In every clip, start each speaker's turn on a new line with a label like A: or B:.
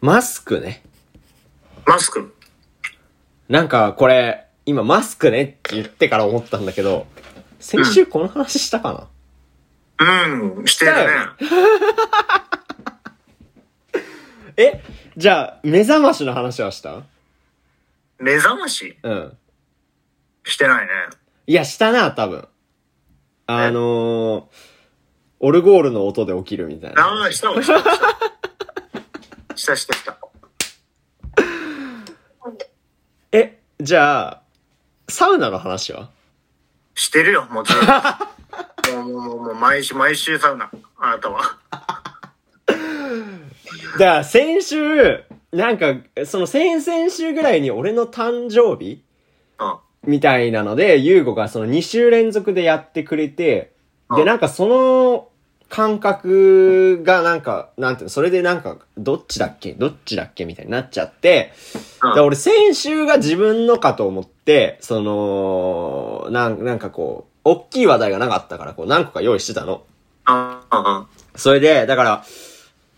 A: マスクね。
B: マスク。
A: なんかこれ、今マスクねって言ってから思ったんだけど、先週この話したかな、
B: うん、してるね。
A: えじゃあ、目覚ましの話はした
B: 目覚まし
A: うん。
B: してないね。
A: いや、したな、多分。あのー、オルゴールの音で起きるみたい
B: あ
A: な。
B: あ、したわ、したわ。したしたした。
A: え、じゃあ、サウナの話は
B: してるよ、もうずっと。もう、もう、もう、もう、毎週、毎週サウナ。あなたは。
A: だから先週、なんか、その先々週ぐらいに俺の誕生日
B: うん。
A: みたいなので、ゆうごがその2週連続でやってくれて、で、
B: うん
A: なんかその感覚がなんか、なんていうの、それでなんか、どっちだっけどっちだっけみたいになっちゃって、だから
B: うん。
A: 俺先週が自分のかと思って、その、なんなんかこう、大きい話題がなかったから、こう何個か用意してたの。
B: うん。うん。
A: それで、だから、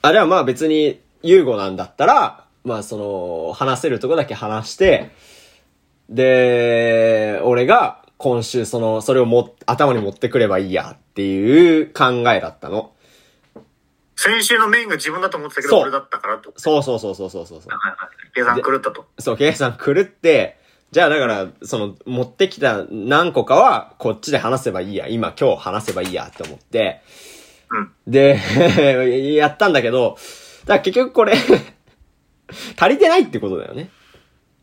A: あれはまあ別に、ユーゴなんだったら、まあその、話せるとこだけ話して、で、俺が今週その、それをも、頭に持ってくればいいやっていう考えだったの。
B: 先週のメインが自分だと思ってたけ
A: そ
B: ど、
A: う
B: 俺だったからってこと。
A: そうそうそうそうそうそうそう。
B: はいはい。計算狂ったと。
A: そう、ケイさん狂って、じゃあだから、その、持ってきた何個かは、こっちで話せばいいや。今、今日話せばいいやって思って。
B: うん。
A: で、 やったんだけど、だから結局これ、 足りてないってことだよね。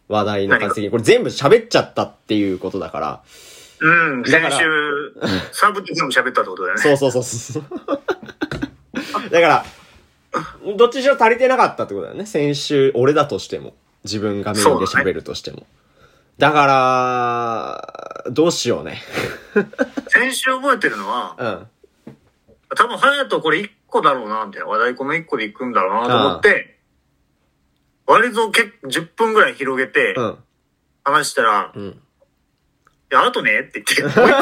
A: 話題の数的に。これ全部喋っちゃったっていうことだから。
B: うん。
A: だから
B: 先週、サブティズム喋ったってことだよね。
A: そうそうそうそう。 だから、どっちにしろ足りてなかったってことだよね。先週、俺だとしても。自分がメインで喋るとしても。だから、どうしようね。
B: 先週覚えてるのは、
A: うん。
B: 多分、ハヤトこれ1個だろうな、みたいな。話題この1個でいくんだろうな、と思って、割と結構10分ぐらい広げて
A: う、ん。
B: 話したら、
A: うん。
B: いや、あとねって言って、もう一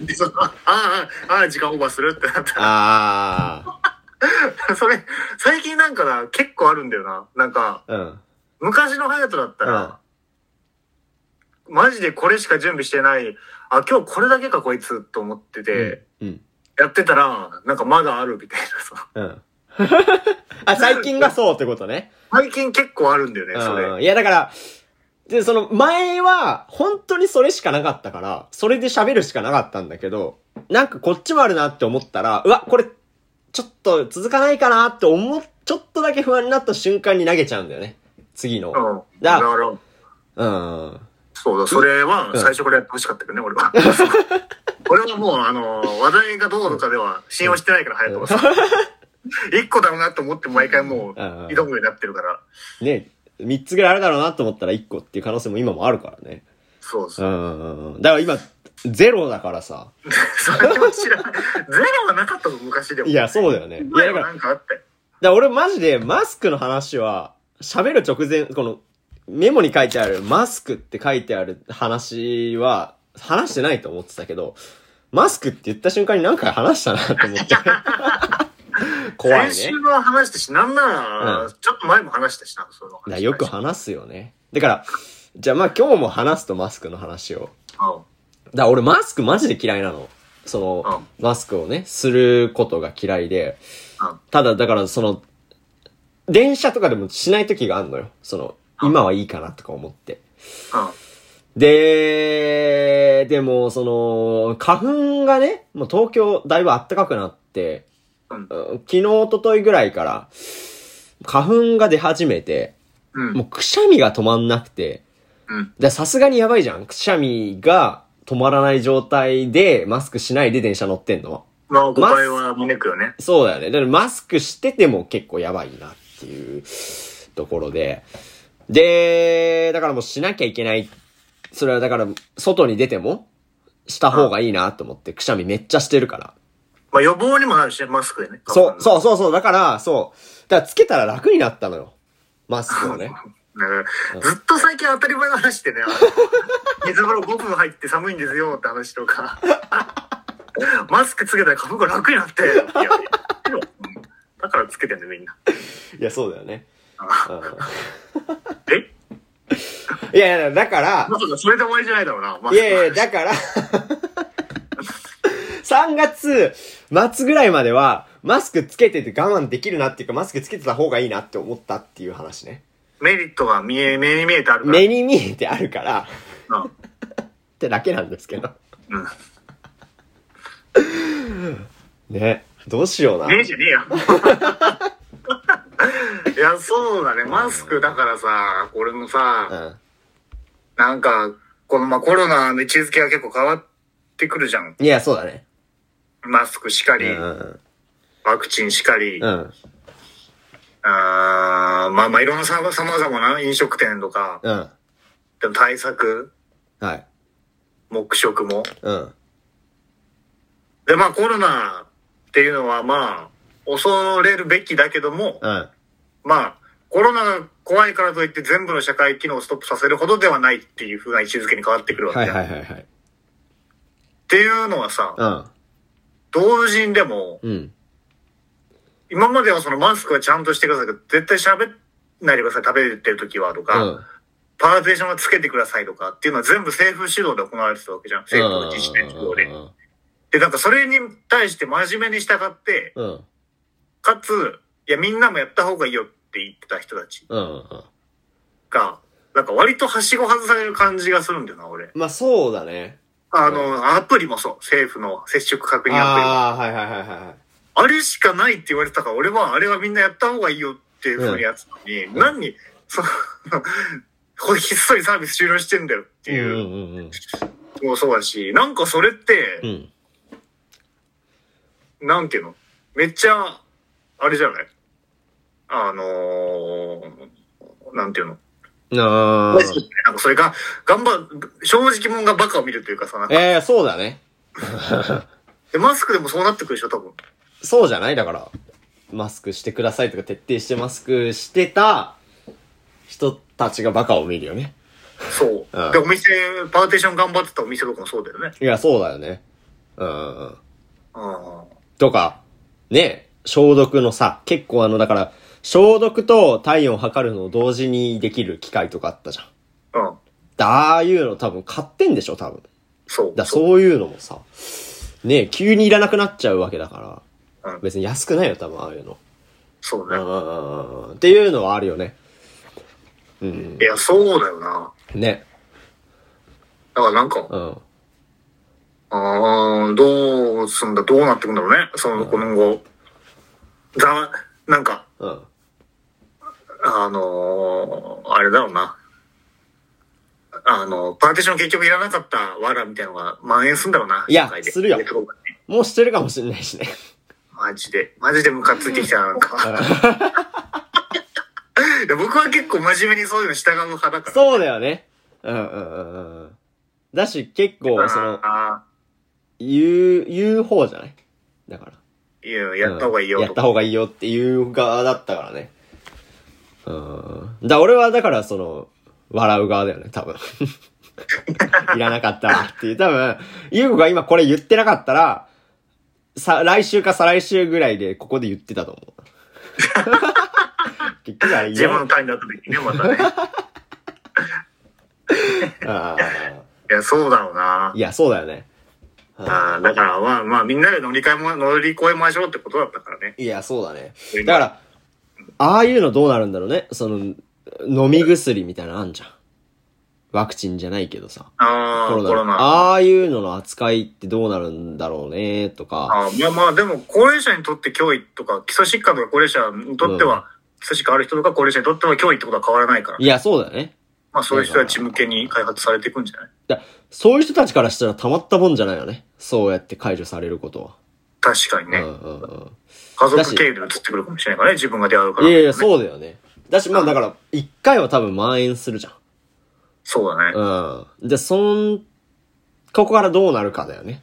B: 個でその ああ、ああ、時間オーバーするってなった
A: あ
B: ら、それ、最近なんかな、結構あるんだよな。なんか、
A: ー。うん。
B: 昔のハヤトだったら、マジでこれしか準備してない、あ、今日これだけかこいつと思ってて、
A: うん。うん。
B: やってたら、なんかまだあるみたいなさ。
A: うん。 あ、最近がそうってことね。
B: 最近結構あるんだよね、それ。
A: うん。いや、だから、で、その前は、本当にそれしかなかったから、それで喋るしかなかったんだけど、なんかこっちもあるなって思ったら、うわ、これ、ちょっと続かないかなって思っ、ちょっとだけ不安になった瞬間に投げちゃうんだよね。次の。
B: うん。
A: だ
B: だか
A: う
B: ら、
A: ん。
B: そうだ、それは
A: うん
B: 最初からやってほしかったけどね、俺は。俺はもう、あの、話題がどうとかでは信用してないから、隼人はさ。 一個だろうなと思って毎回もう、
A: うん
B: 挑むようになってるから。
A: ね、三つぐらいあるだろうなと思ったら一個っていう可能性も今もあるからね。
B: そう
A: う
B: そう。
A: ん。だから今、ゼロだからさ。
B: それも知らない。ゼロはなかったの、昔でも。
A: いや、そうだよね。いや、
B: 前
A: だか
B: は
A: ら、
B: なんかあったよ。
A: だから俺マジでマスクの話は、喋る直前、この、メモに書いてある、マスクって書いてある話は、話してないと思ってたけど、マスクって言った瞬間に何回話したなと思って。怖いね。
B: 先週は話したし、なんなら、
A: うん
B: ちょっと前も話したしな、その
A: だか
B: 話。
A: らよく話すよね。だから、じゃあまあ今日も話すとマスクの話を。
B: う
A: だ
B: ん
A: から俺マスクマジで嫌いなの。その、マスクをね、することが嫌いで。
B: うん
A: ただ、だからその、電車とかでもしない時があるのよ。その、
B: ん
A: 今はいいかなとか思って。
B: うん。
A: で、でも、その、花粉がね、もう東京だいぶ暖かくなって、
B: うん
A: 昨日、一昨日ぐらいから、花粉が出始めて、
B: うん。
A: もうくしゃみが止まんなくて、
B: うん。
A: で、さすがにやばいじゃん。くしゃみが止まらない状態で、マスクしないで電車乗ってんのは。
B: まあ、誤解は招くよね。
A: そうだよね。だからマスクしてても結構やばいなっていうところで。で、だからもうしなきゃいけない。それはだから、外に出ても、した方がいいなと思って、くしゃみめっちゃしてるから。
B: まあ、予防にもなるしね、マスクでね。
A: そう、
B: う。
A: そうそうそう。だから、そう。だからつけたら楽になったのよ。マスクを ね。
B: だからずっと最近当たり前の話でね、 あの水風呂5分入って寒いんですよって話とか、 マスクつけたら株が楽になって、いやいやだからつけてんだよみんな。
A: いや、そうだよね。う
B: え
A: んいやいや、だから、
B: まさかそれで終わりじゃないだろうな。まあ
A: いやいや、だから、3月末ぐらいまでは、マスクつけてて我慢できるなっていうか、マスクつけてた方がいいなって思ったっていう話ね。
B: メリットが見え、目に見えてあるから。
A: 目に見えてあるから、
B: うん
A: ってだけなんですけど。
B: うん。
A: ね。どうしような。
B: ねえじゃね えよ。いや、そうだね。マスクだからさ、これもさ、
A: うん。
B: なんか、このまあコロナの位置づけが結構変わってくるじゃん。
A: いや、そうだね。
B: マスクしか
A: う
B: り、
A: んうん
B: ワクチンしかり、
A: うん。うん。
B: あーまあまあいろんなさまざまな飲食店とか、
A: うん。
B: でも対策、
A: はい。
B: 黙食も。
A: うん。
B: で、まあコロナっていうのはまあ、恐れるべきだけども、
A: うん。
B: まあ、コロナが怖いからといって全部の社会機能をストップさせるほどではないっていう風な位置づけに変わってくるわけ
A: は
B: だ
A: いはいはいはい。
B: っていうのはさ、
A: う
B: 同人でも、
A: ん。うん。
B: 今まではそのマスクはちゃんとしてくださいとか絶対喋んないでください、食べてる時はと
A: う
B: か、
A: ん。
B: パーテーションはつけてくださいとかっていうのは全部政府指導で行われてたわけじゃん。政府の自治体指導で。で、なんかそれに対して真面目に従って、
A: うん。うん。
B: かつ、いやみんなもやった方がいいよって言ってた人たち
A: うん。うん。
B: が、なんか割とはしご外される感じがするんだよな、俺。
A: まあそうだね。
B: あの、アプリもそう。政府の接触確認アプリも。
A: ああ、はいはいはいはいはい。
B: あれしかないって言われたから、俺はあれはみんなやった方がいいよっていうふうにやってたのに、
A: ん
B: 何に、その、これひっそりサービス終了してんだよって
A: う
B: いう
A: うん
B: ん
A: うん。
B: のもそうだし、なんかそれって
A: う、ん。
B: なんていうのめっちゃ、あれじゃないあのー、なんていうの
A: ああ。
B: なんかそれが、頑張、正直者がバカを見るというかさ、なんか
A: ええー、そうだね。
B: でマスクでもそうなってくるでしょ、多分。
A: そうじゃないだから。マスクしてくださいとか徹底してマスクしてた人たちがバカを見るよね。
B: そう
A: うん。
B: で、お店、パーテーション頑張ってたお店とかもそうだよね。
A: いや、そうだよね。うんうん。
B: うん。
A: とか、ね、消毒のさ、結構あの、だから、消毒と体温を測るのを同時にできる機械とかあったじゃん。
B: うん。
A: ああいうの多分買ってんでしょ、多分。
B: そう。
A: だそういうのもさ、ねえ急にいらなくなっちゃうわけだから、
B: うん
A: 別に安くないよ、多分、ああいうの。
B: そう
A: う
B: ね。
A: んうんうんうんっていうのはあるよね。うん
B: い。や、そうだよな。
A: ね。
B: だからなんか、
A: うん。
B: ああ、どうすんだ、どうなってくんだろうね。その、この後。ざ、なんか、
A: うん。
B: あのーあれだろうな。あの、パーティション結局いらなかったわらみたいなのが蔓延すんだろうな。
A: いや
B: 社会です
A: るよ
B: でそうだね
A: もうしてるかもしれないしね。
B: マジで。マジでムカついてきたな、なんか。 いや僕は結構真面目にそういうの従う派だから。
A: そうだよね。うんうんうんうんうん。だし、結構、その、
B: あ
A: 言う、言う方じゃないだから。
B: ーいや、やった方がいいよ
A: うん
B: と
A: やった
B: か
A: 方がいいよっていう側だったからね。うん。だ、俺はだからその、笑う側だよね、多分。 いらなかったなっていう。多分、ゆうこが今これ言ってなかったら、さ、来週か再来週ぐらいでここで言ってたと思 う。結局あれ
B: 自
A: 言わ
B: 分
A: な
B: の単位だった時にね、またね。
A: あ
B: いや、そうだろうな
A: ー。いや、そうだよね。
B: あーだからまあまあみんなで乗り換えも、乗り越えましょうってことだったからね。
A: いや、そうだね。だから、ああいうのどうなるんだろうね。その、飲み薬みたいなのあんじゃん。ワクチンじゃないけどさ。
B: ああ、コロナ。あ
A: ああいうのの扱いってどうなるんだろうね、とか。
B: ーまあまあでも高齢者にとって脅威とか、基礎疾患とか高齢者にとって
A: うん
B: は、基礎疾患ある人とか高齢者にとっては脅威ってことは変わらないから。
A: いや、そうだよね。
B: まあそういう人たち向けに開発されていくんじゃない
A: だそういう人たちからしたらたまったもんじゃないよね。そうやって解除されることは。
B: 確かにね。
A: うんうんうん。
B: 家族経由で移ってくるかもしれないからね、自分が出会うから、
A: い
B: ね。
A: やいや、そうだよね。だし、まあだから、一回は多分蔓延するじゃん。
B: そうだね。
A: うん。で、そん、ここからどうなるかだよね。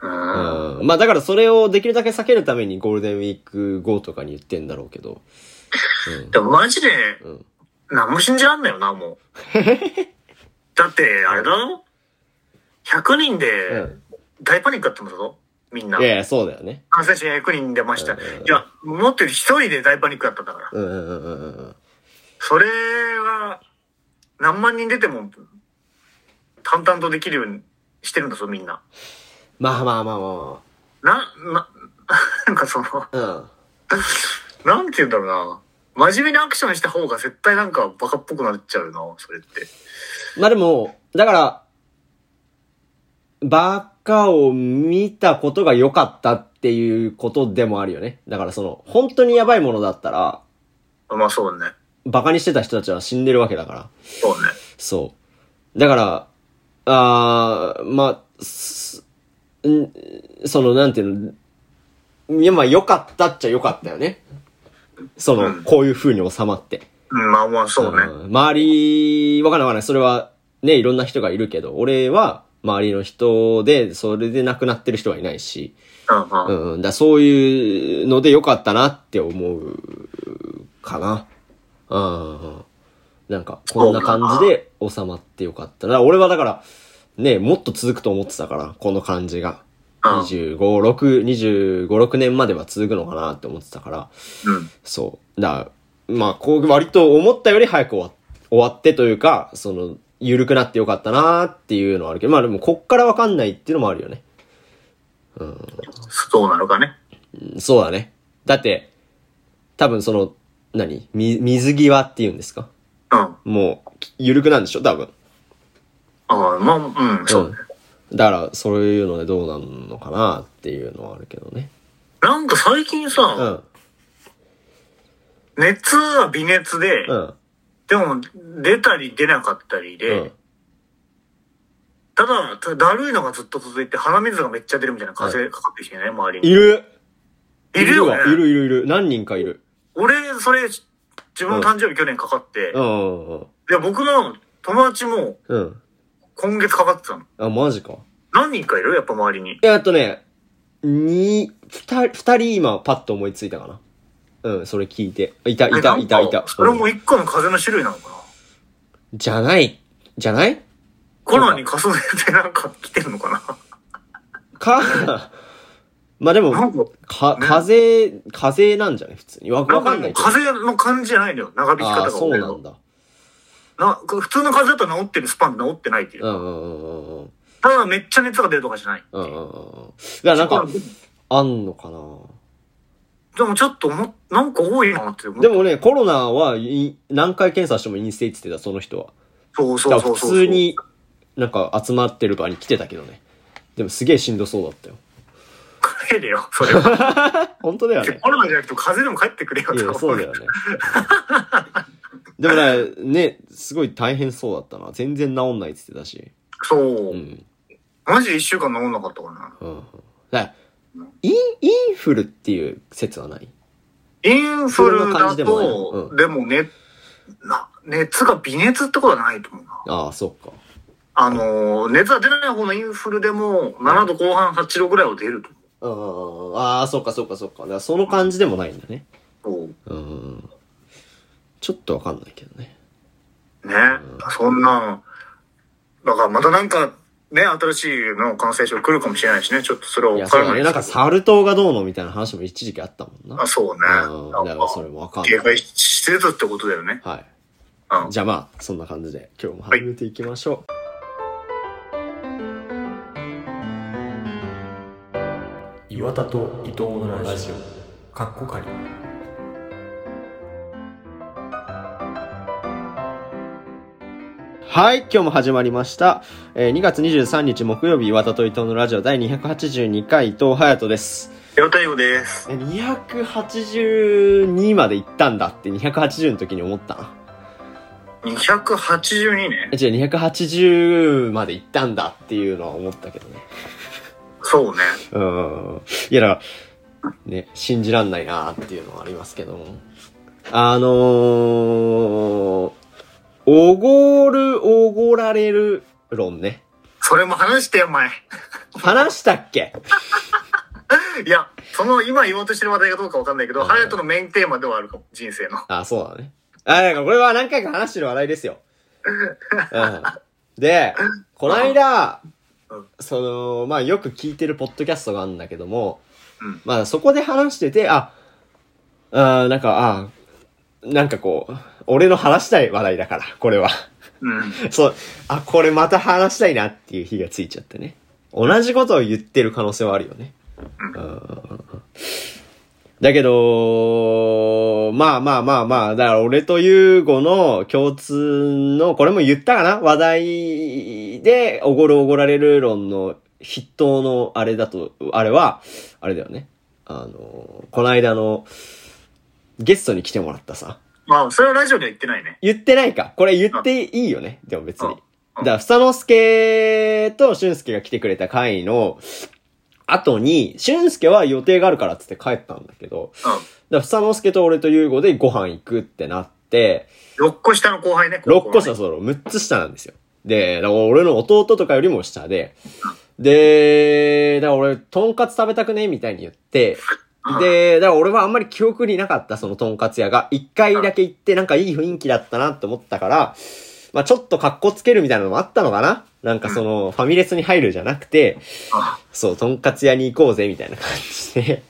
B: うん。
A: うん。まあだからそれをできるだけ避けるためにゴールデンウィーク後とかに言ってんだろうけど。
B: でもマジで、
A: うん
B: 何も信じらんないよ な、もう。だって、あれだろ ?100 人
A: う
B: で
A: ん。
B: 大パニックだったんだぞ、みんな。
A: いやいや、そうだよね。
B: 感染者100人出ました。
A: うん
B: いや、もっとより1人で大パニックだったんだから。
A: うんうんうんうんうん。
B: それは、何万人出ても、淡々とできるようにしてるんだぞ、みんな。
A: まあまあまあま
B: な、な、 なんかその、
A: あま
B: なんて言うんだろうな。真面目にアクションした方が絶対なんかバカっぽくなっちゃうな、それって。
A: あ。うん。まあでも、だから、バカを見たことが良かったっていうことでもあるよね。だからその、本当にやばいものだったら、
B: まあそうね。
A: バカにしてた人たちは死んでるわけだから。
B: そうね。
A: そう。だから、あーまあ、すんその、なんていうの、いや、まあ、良かったっちゃ良かったよね。その、
B: うん
A: こういう風に収まって。
B: うん、まあまあそうね。
A: ん周り、わかんないわかんない。それは、ね、いろんな人がいるけど、俺は、周りの人で、それで亡くなってる人はいないし、
B: うん、うん。
A: うん、うんだからそういうので良かったなって思う、かな。うんうんうん。なんか、こんな感じで収まって良かったな。俺はだから、ね、もっと続くと思ってたから、この感じが。
B: うん
A: 25、6、25、6年までは続くのかなって思ってたから、
B: うん。
A: そう。だからまあ、こう、割と思ったより早く終わ終わってというか、その、緩くなってよかったなっていうのはあるけど、まあでも、こっからわかんないっていうのもあるよね。
B: どうなのかね。
A: うんそうだね。だって、多分その、何み水際っていうんですか
B: うん。あ
A: もう、き緩くなんでしょ多分。
B: あ、まあ、うん、そう。
A: うん。だから、そういうのでどうなんのかなっていうのはあるけどね。
B: なんか最近
A: う
B: さ、
A: ん。
B: 熱は微熱で、
A: うん。
B: でも出たり出なかったり
A: う
B: で、
A: ん。
B: ただ、ただるいのがずっと続いて鼻水がめっちゃ出るみたいな風かかってきてね、周りに。
A: いる
B: いるよ
A: わい
B: ね。
A: るいるいる。何人かいる。
B: 俺、それ、自分の誕生日去年かかって
A: う、ん。うん
B: で、僕の友達も
A: うん。うん。
B: 今月かかってたの。
A: あ、マジか。
B: 何人かいるやっぱ周りに。
A: えーっとね、に、二人、二人今パッと思いついたかな。うん、それ聞いて。いた、い
B: え
A: た、いた、
B: なん
A: い
B: か
A: た。
B: それも一個の風邪の種類なのかな
A: じゃない、じゃない
B: コロナに重ねてなんか来てるのかな
A: か、 まあでも、
B: なんか、
A: か、
B: ね
A: 風邪、風邪なんじゃない普通に。わ、わかん
B: な
A: なんい
B: か
A: け
B: もう
A: ど。
B: 風邪の感じじゃないのよ。長引き
A: あ
B: 方
A: あ、
B: が
A: そう
B: 俺
A: な
B: の
A: ん。だ。
B: な普通の風邪だと治ってるスパンで治ってないっていうう。
A: んうんうんうんうん。
B: ただめっちゃ熱が出るとかじゃない。
A: うんうんうんうん。だからなんか、あんのかな
B: でもちょっとも、なんか多いなって思う
A: でもね、コロナはい、何回検査しても陰性って言ってた、その人は。
B: そ
A: だ
B: うそう
A: か
B: そ
A: ら
B: うそう。
A: 普通。になんか集まってる場に来てたけどね。でもすげえしんどそうだったよ。
B: 帰れよ、それは。
A: 本当だ よね。
B: コロナじゃなくて風邪でも帰ってくれよ
A: いや、そうだよね。でもね、ね、すごい大変そうだったな。全然治んないって言ってたし。
B: そうう。
A: ん。
B: マジで一週間治んなかったかな。
A: うん。だからイン、インフルっていう説はない
B: インフルだ
A: そんな感じでもないの
B: と、
A: うん
B: でもね、な、熱が微熱ってことはないと思うな。
A: ああ、そうか。
B: あのー、熱が出ない方のインフルでも、7度後半8度ぐらいは出ると
A: うん。ああ、そうか、そうか、そうか。だからその感じでもないんだね。
B: 思う。
A: うん。ちょっとわかんないけどね。
B: ね、そんな、だからまたなんか、ね、新しいの感染症来るかもしれないしね、ちょっとそれはい分
A: や、
B: か
A: そう
B: ら
A: だ
B: ない
A: ね。なんか
B: ですけど
A: サル痘がどうのみたいな話も一時期あったもんな。
B: あ、そうね。
A: うん。
B: な
A: だ
B: ん
A: か
B: から
A: それもわかん
B: 警
A: ない。
B: 戒しつつってことだよね。
A: はい。
B: うん。
A: じゃあまあ、そんな感じで今日も始めていきましょう。
C: 岩田と伊藤のラジオかっこかり
A: はい、今日も始まりました。えー2月23日木曜日、岩田と伊藤のラジオ第282回、伊藤隼人です。
B: 両対応です。
A: えー282まで行ったんだって280の時に思ったな。
B: 282ね
A: え。違う、280まで行ったんだっていうのは思ったけどね。
B: そうね。
A: うーん。いや、だから、ね、信じらんないなーっていうのはありますけども。あのー、おごる、おごられる論ね。
B: それも話してよ、お前。
A: 話したっけ
B: いや、その今言おうとしてる話題がどうかわかんないけど、
A: うん
B: ハヤトのメインテーマではあるかも、人生の。
A: あ、そうだね。あ、だからこれは何回か話してる話題ですよ。うん。で、この間
B: うん、
A: その、まあよく聞いてるポッドキャストがあるんだけども、
B: うん
A: まあそこで話してて、あ、あーなんか、あなんかこう、俺の話したい話題だから、これは。
B: うん。
A: そう、あ、これまた話したいなっていう火がついちゃってね。同じことを言ってる可能性はあるよね。うんだけど、まあまあまあまあ、だから俺とユーゴの共通の、これも言ったかな話題で、おごるおごられる論の筆頭のあれだと、あれは、あれだよね。あの、この間の、ゲストに来てもらったさ。
B: まあ、それはラジオには言ってないね。
A: 言ってないか。これ言っていいよね。でも別
B: うん
A: に。だから、ふさのすけと俊介が来てくれた回の後に、俊介は予定があるからっつって帰ったんだけど、だから、ふさのすけと俺と優吾でご飯行くってなって、
B: うん。6個下の後輩ね。
A: 6個
B: 高
A: 下、
B: 校
A: そう、6つ下なんですよ。で、だから俺の弟とかよりも下で、で、だから俺、とんかつ食べたくねみたいに言って、
B: のね、
A: で、だから俺はあんまり記憶になかった、そのとんかつ屋が。一回だけ行って、なんかいい雰囲気だったなって思ったから、まあちょっと格好つけるみたいなのもあったのかななんかその、ファミレスに入るじゃなくて、そう、とんかつ屋に行こうぜ、みたいな感じで。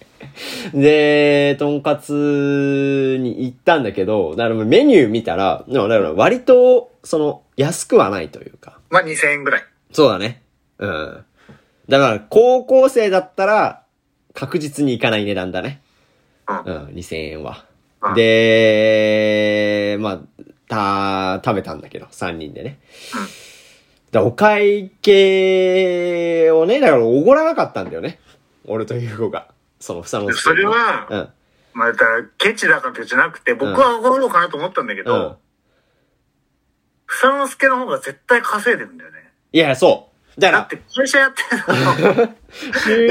A: で、とんかつに行ったんだけど、だからもうメニュー見たら、でもだから割と、その、安くはないというか。
B: まあ、2000円ぐらい。
A: そうだね。うん。だから、高校生だったら、確実に行かない値段だね。
B: う
A: うん、2000円は。
B: うん
A: で、まあ、た、食べたんだけど、3人でね。で、お会計をね、だからおごらなかったんだよね。俺と優子が。その、ふさの
B: それ、は、
A: うん、
B: また、ケチだからじゃなくて、僕は怒ろうかなと思ったんだけ
A: う
B: ど、
A: ん。
B: 草之助の方が絶対稼いでるんだよね。
A: いや、そう。だ
B: だ
A: か
B: って会社やって るの。
A: ら、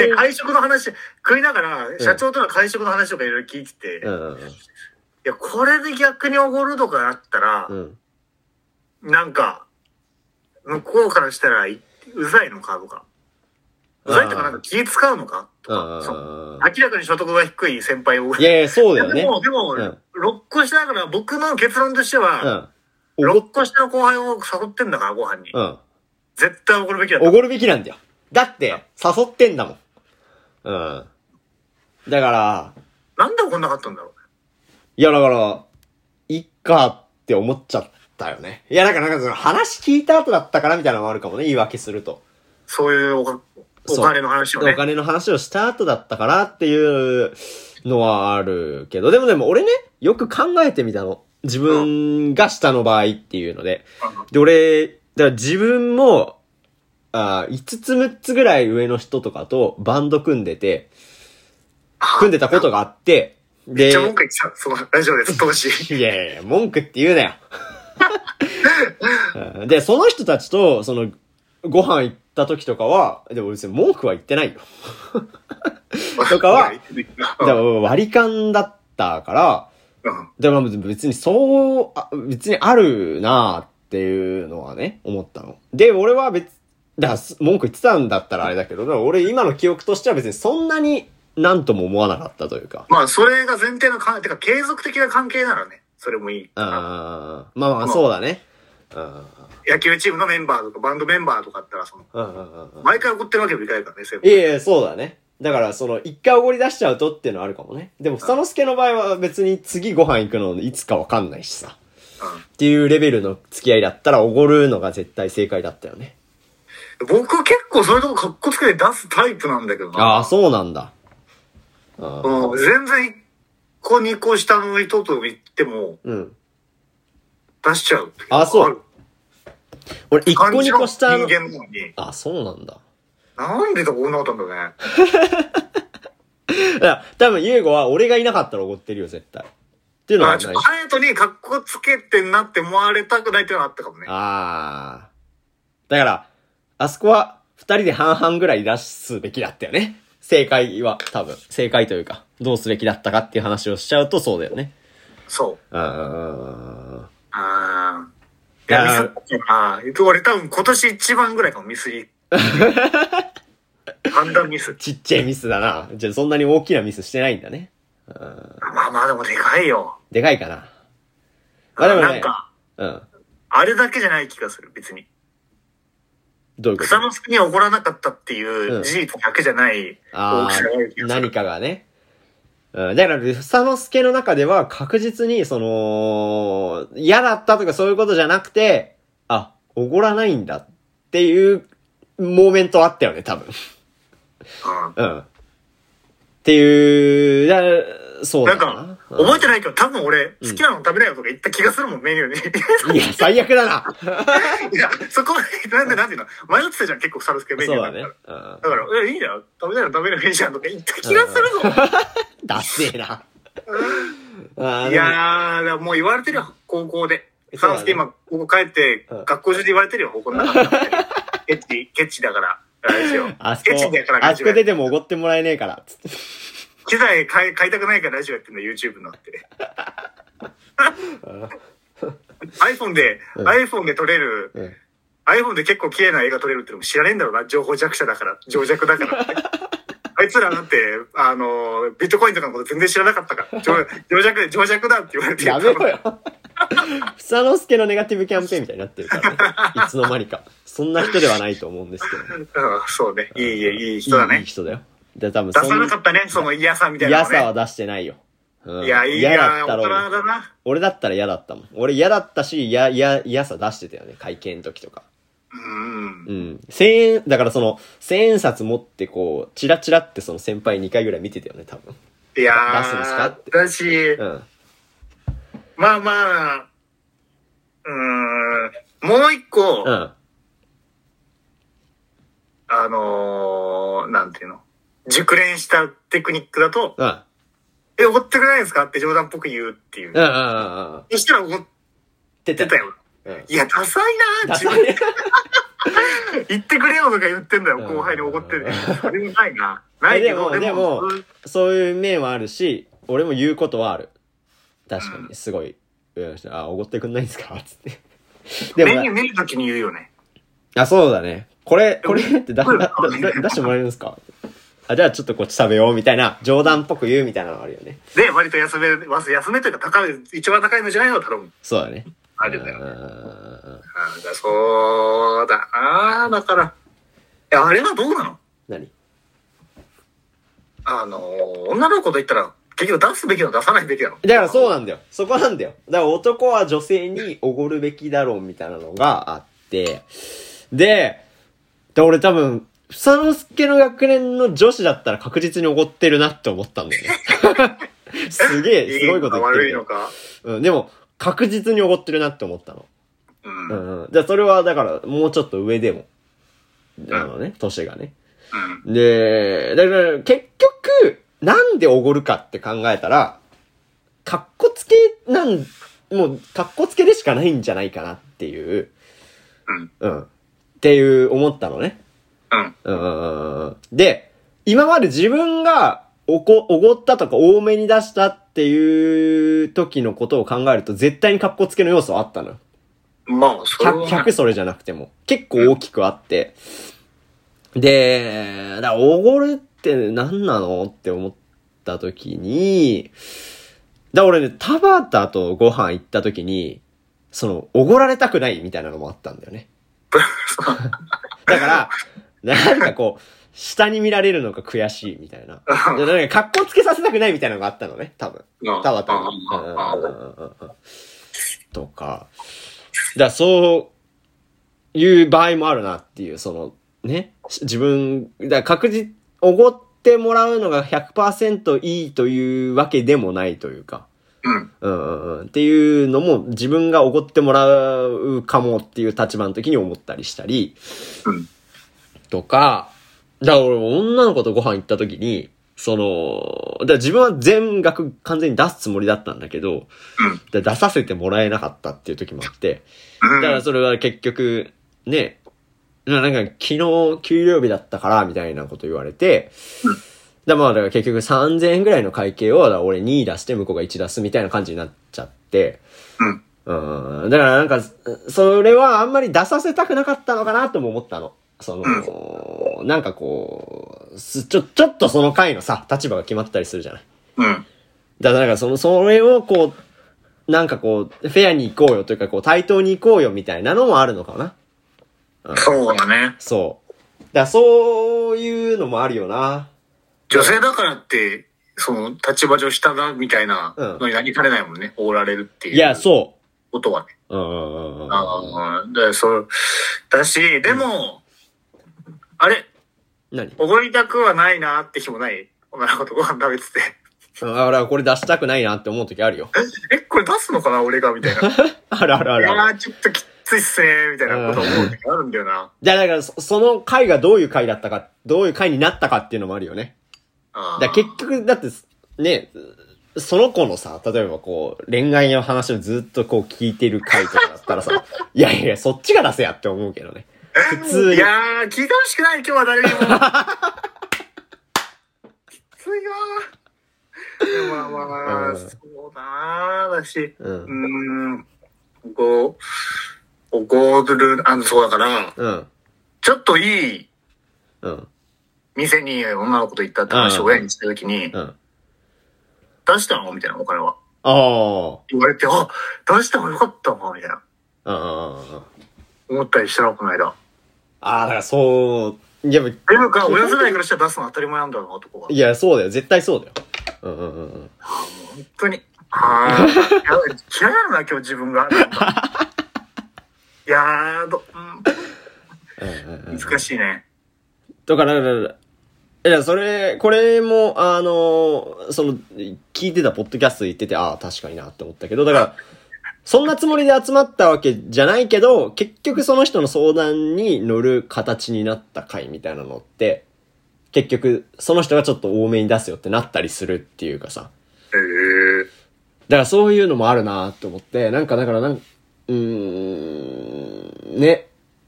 B: で、会食の話、食いながら、社長との会食の話とかいろいろ聞いてて、
A: う
B: い
A: ん、
B: や、これで逆におごるとかあったら
A: う、ん。
B: なんか、向こうからしたらい、うざいのかとか。うざいとかなんか気使うのかと
A: うん
B: か。そう明らかに所得が低い先輩を。
A: いやいや、そうだよ
B: いや
A: ね。
B: でも、でも、
A: うん
B: 6個下だから僕の結論として
A: う
B: は、
A: ん。
B: 6個下の後輩を誘ってんだから、ご飯に。
A: うん。
B: 絶対怒るべきだ と
A: お
B: 思
A: ご
B: う
A: るべきなんだよ。だって、誘ってんだもん。うん。だから、
B: なんで怒んなかったんだろ
A: いやだから、いっかって思っちゃったよね。いやだからなんかその話聞いた後だったからみたいなのもあるかもね、言い訳すると。
B: う。そういうおかお
A: そう
B: 金の話をね
A: お。金の話をした後だったからっていうのはあるけど、でもでも俺ね、よく考えてみたの。自分が下の場合っていうので。で、俺、だから自分も、あ5つ6つぐらい上の人とかとバンド組んでて、組んでたことがあって、
B: めっ
A: で
B: ちゃ、文句言ってた。そのラジオでずっとほしい。
A: いやいやいや、文句って言うな よ。うんで、その人たちと、その、ご飯行った時とかは、でも別に文句は言ってないよ。 とか は
B: う
A: で
B: ん
A: も割り勘だったから、
B: うん
A: でも別にそう、あ別にあるなあっていうのはね、思ったの。で、俺は別、だからす文句言ってたんだったらあれだけど、でも俺今の記憶としては別にそんなになんとも思わなかったというか。
B: まあ、それが前提の関係、てか継続的な関係ならね、それもいい。
A: うん。まあまあ、そうだね。うん。
B: 野球チームのメンバーとか、バンドメンバーとかだったら、その、
A: うんうんうんうん。
B: 毎回怒ってるわけにもいかないからね、先
A: い
B: 輩。
A: えいえ、そうだね。だから、その、一回おごり出しちゃうとっていうのはあるかもね。でも、ふさのすけの場合は別に次ご飯行くのいつかわかんないしさ。っていうレベルの付き合いだったら、おごるのが絶対正解だったよね。
B: うん僕結構そういうとこかっこつけて出すタイプなんだけどな。
A: ああ、そうなんだ。あー
B: うん、全然1個2個下の人と言っても
A: うん。
B: 出しちゃう。
A: あそう。俺、一個
B: 感じ
A: 二
B: の
A: 個
B: 人
A: 下の。
B: 間なのに。
A: あ、そうなんだ。
B: なんでとこんなことなんだね。
A: だから、多分、ゆうごは俺がいなかったらおごってるよ、絶対。っていうの
B: あ
A: は
B: あ
A: ない
B: ちょっと隼人に格好つけてんなって思われたくないっていうのがあったかもね。
A: ああ。だから、あそこは、二人で半々ぐらい出すべきだったよね。正解は、多分。正解というか、どうすべきだったかっていう話をしちゃうとそうだよね。
B: そう。
A: あ
B: ああ。い
A: い
B: や、ミ
A: や
B: スったな。俺多分今年一番ぐらいかも、ミス り。判断ミス
A: ー。ちっちゃいミスだな。じゃあそんなに大きなミスしてないんだね。
B: まあまあでもでかいよ。
A: でかいかな。まあでもね
B: なんか、
A: うん。
B: あれだけじゃない気がする、別に。
A: どういうこ
B: 草
A: と
B: の隙には怒らなかったっていううん事実だけじゃない大
A: あ
B: きさがある気
A: あ、
B: がする。
A: 何かがね。うんだから、ルフサノスケの中では確実に、その、嫌だったとかそういうことじゃなくて、あ、おごらないんだっていう、モーメントあったよね、多分。
B: あ
A: うん。っていう、だからそうだ
B: なん
A: な。
B: か、
A: うん
B: 覚えてないけど、多分俺、好きなの食べなよとか言った気がするもん、メニューに。
A: いや、最悪だな。
B: いや、そこまで、なんで、なんていうの、迷ってたじゃん、結構、サルスケメニ
A: そ
B: ュ
A: う
B: ーだ
A: だ
B: った
A: ね
B: ら。。
A: うん。
B: だから、え、いいじゃん、食べなよ、食べなよ、いいじゃんとか言った気がするぞ。
A: ダセえな。あー
B: いやー、だからもう言われてるよ、高校で。
A: そうだね
B: サンスケ今、ここ帰って、
A: うん
B: 学校中で言われてるよ、高校の中で。 ケチ、ケチだから、あれですよ。
A: あそ
B: ケチ
A: こ
B: だか、ら
A: あ
B: ラ
A: そ
B: ジオ
A: こ
B: や
A: 出てもおごってもらえねえから、つって。
B: 機材買い買いたくないからラジオやってんだ、YouTube にな って。iPhone で、
A: うん
B: iPhone で撮れる、
A: うん
B: iPhone で結構綺麗な映画撮れるってのも知らねえんだろうな、情報弱者だから、情弱だか らって。あいつらなんて、あの、ビットコインとかのこと全然知らなかったから、情情弱、情弱だって言われて
A: やめろよ。ふさのすけのネガティブキャンペーンみたいになってるからね。いつの間にか。そんな人ではないと思うんですけど。
B: うんそうね。いいいい、いい人だ
A: いいいい
B: ね。
A: 人だよ。で、多分
B: 出
A: そ
B: さ
A: ん
B: なかったね、その嫌さみたいな
A: 嫌
B: のね
A: さは出してないよ。うん
B: いや、いい
A: 嫌だ
B: や、
A: っ
B: 大
A: た
B: 人
A: ろう。
B: だな。
A: 俺だったら嫌だったもん。俺嫌だったし、嫌、嫌、嫌さ出してたよね。会見の時とか。
B: うん
A: う。ん。千円、だからその、千円札持ってこう、チラチラってその先輩2回ぐらい見てたよね、多分。
B: いや
A: 出すんですか
B: ー
A: っ、て
B: だし、
A: うん。
B: まあまあ、うーん、もう一個、
A: うん。
B: あのー、なんていうの、熟練したテクニックだと、
A: うん。うん。
B: え、おごってくれないですかって冗談っぽく言うっていう。
A: うん。うん。うん。
B: そしたらおごっ
A: 出
B: てた。よ。
A: うん。
B: いや、ダサい
A: ダ
B: なー
A: サ
B: 自
A: い。
B: 分言ってくれよとか言ってんだよ、
A: うん
B: 後輩におごってる。それもないな。ないけど、
A: でも
B: でも、
A: で そういう面はあるし、俺も言うことはある。確かに、すごい。うんあ、おごってくんないんすかつ って。
B: メ
A: で
B: ニュー
A: も、
B: 見るときに言うよね。
A: あ、そうだね。これ、これってだ
B: こ
A: だ
B: れ
A: だだ出してもらえるんですかあ、じゃあちょっとこっち食べよう、みたいな、冗談っぽく言うみたいなのあるよね。
B: で、割と安め、安めというか高い、一番高いのじゃないのを頼む。
A: そうだね。
B: あるんだよね。
A: ね。
B: あだそうだなだから。え、あれはどうなの
A: 何
B: あの、女の子と言ったら、結局出すべきの出さないべきなの。
A: だからそう
B: う
A: なんだよ。そこなんだよ。だから男は女性におごるべきだろうみたいなのがあって。で、で俺多分、ふさのすけの学年の女子だったら確実におごってるなって思ったんだよね。 すげえ、すごいこと言ってる
B: 悪
A: け
B: いの
A: ど。
B: か。
A: うん、でも、確実におごってるなって思ったの。
B: うん。
A: う
B: うん。
A: ん、うん。じゃあそれはだから、もうちょっと上でも。あのね、年がね。で、だから結局、なんでおごるかって考えたら、かっこつけ、なん、もう、かっこつけでしかないんじゃないかなっていう、
B: うん。
A: うん。っていう思ったのね。
B: うん。
A: うんうんうんうん。で、今まで自分がおこ、おごったとか多めに出したっていう時のことを考えると、絶対にかっこつけの要素はあったのよ。
B: まあ、それは、
A: 100, 100それじゃなくても、結構大きくあって。で、だからおごるって何なのって思った時に、だから俺ね、田畑とご飯行った時に、その、おごられたくないみたいなのもあったんだよね。だから、なんかこう、下に見られるのが悔しいみたいな。でなんか、格好つけさせたくないみたいなのがあったのね、多分。
B: う ん
A: たわた
B: うんうんうん
A: わ。とか。だからそういう場合もあるなっていう、その、ね。自分、だから確実、おごってもらうのが100%いいというわけでもないというか。
B: うん。
A: うんうんうん。っていうのも、自分がおごってもらうかもっていう立場の時に思ったりしたり。
B: うん
A: とか、だから俺も女の子とご飯行った時に、その、だから自分は全額完全に出すつもりだったんだけど、で出させてもらえなかったっていう時もあって、
B: う
A: だ
B: ん。
A: からそれは結局、ね、ななんか昨日給料日だったからみたいなこと言われて、だまあだから結局3000円ぐらいの会計をだから俺2出して向こうが1出すみたいな感じになっちゃって、
B: うん。
A: うんだからなんか、それはあんまり出させたくなかったのかなとも思ったの。その、なんかこう、すちょ、ちょっとその回のさ、立場が決まったりするじゃない。
B: うん。
A: だからなんかその、それをこう、なんかこう、フェアに行こうよというか、こう、対等に行こうよみたいなのもあるのかな。
B: そうだね。
A: そう。だからそういうのもあるよな。
B: 女性だからって、その、立場上下だみたいなのになりかねないもんね。おられるっていう。
A: いや、そ
B: ことはね。
A: う。うんうんうんうんうん。
B: ああ、で、そう、だし、でも、あれ、
A: 何
B: おごりたくはないなって日もない女の子とご飯食べてて。
A: あ俺はこれ出したくないなって思う時あるよ。
B: え、これ出すのかな俺がみたいな。い
A: あるあるあるある。
B: やー、ちょっときついっすねみたいなこと思う時あるんだよな。
A: じゃあ、だからそ、その回がどういう回だったか、どういう回になったかっていうのもあるよね。
B: あ
A: だ
B: ー
A: から結局、だって、ね、その子のさ、例えばこう、恋愛の話をずっとこう聞いてる回とかだったらさ、 いやいやいや、そっちが出せやって思うけどね。普通
B: い
A: に。
B: やー、聞いてほしくない、今日は誰にも。きついわー。まあまあ
A: う
B: まあ、
A: ん
B: そうだなーだし、
A: う。
B: うんーん、こう、おごる、あの、そうだから、
A: うん。
B: ちょっといい
A: うん。
B: 店に女の子と行ったって話を親にした時に
A: う、ん。
B: 出したのみたいな、お金は。
A: ああ。
B: 言われて、あ、出した方がよかったわ、みたいな。
A: うんうんうんうん。
B: 思ったりしたの、この間。
A: ああ、だからそう、いや、
B: でもか、親世代からしたら出すの当たり前なんだろうな、男が。
A: いや、そうだよ。絶対そうだよ。うんうんうんうん。
B: 本当に。ああ。嫌いなのな、今日自分が。なんかいやーど、
A: うんうんう
B: うんん、難しいね。
A: だから、だからだからいや、それ、これも、あの、その、聞いてたポッドキャストで言ってて、ああ、確かになって思ったけど、だから、 そんなつもりで集まったわけじゃないけど、結局その人の相談に乗る形になった回みたいなのって、結局、その人がちょっと多めに出すよってなったりするっていうかさ。
B: えー、
A: だからそういうのもあるなと思って、なんかだからなん、うーん、ね。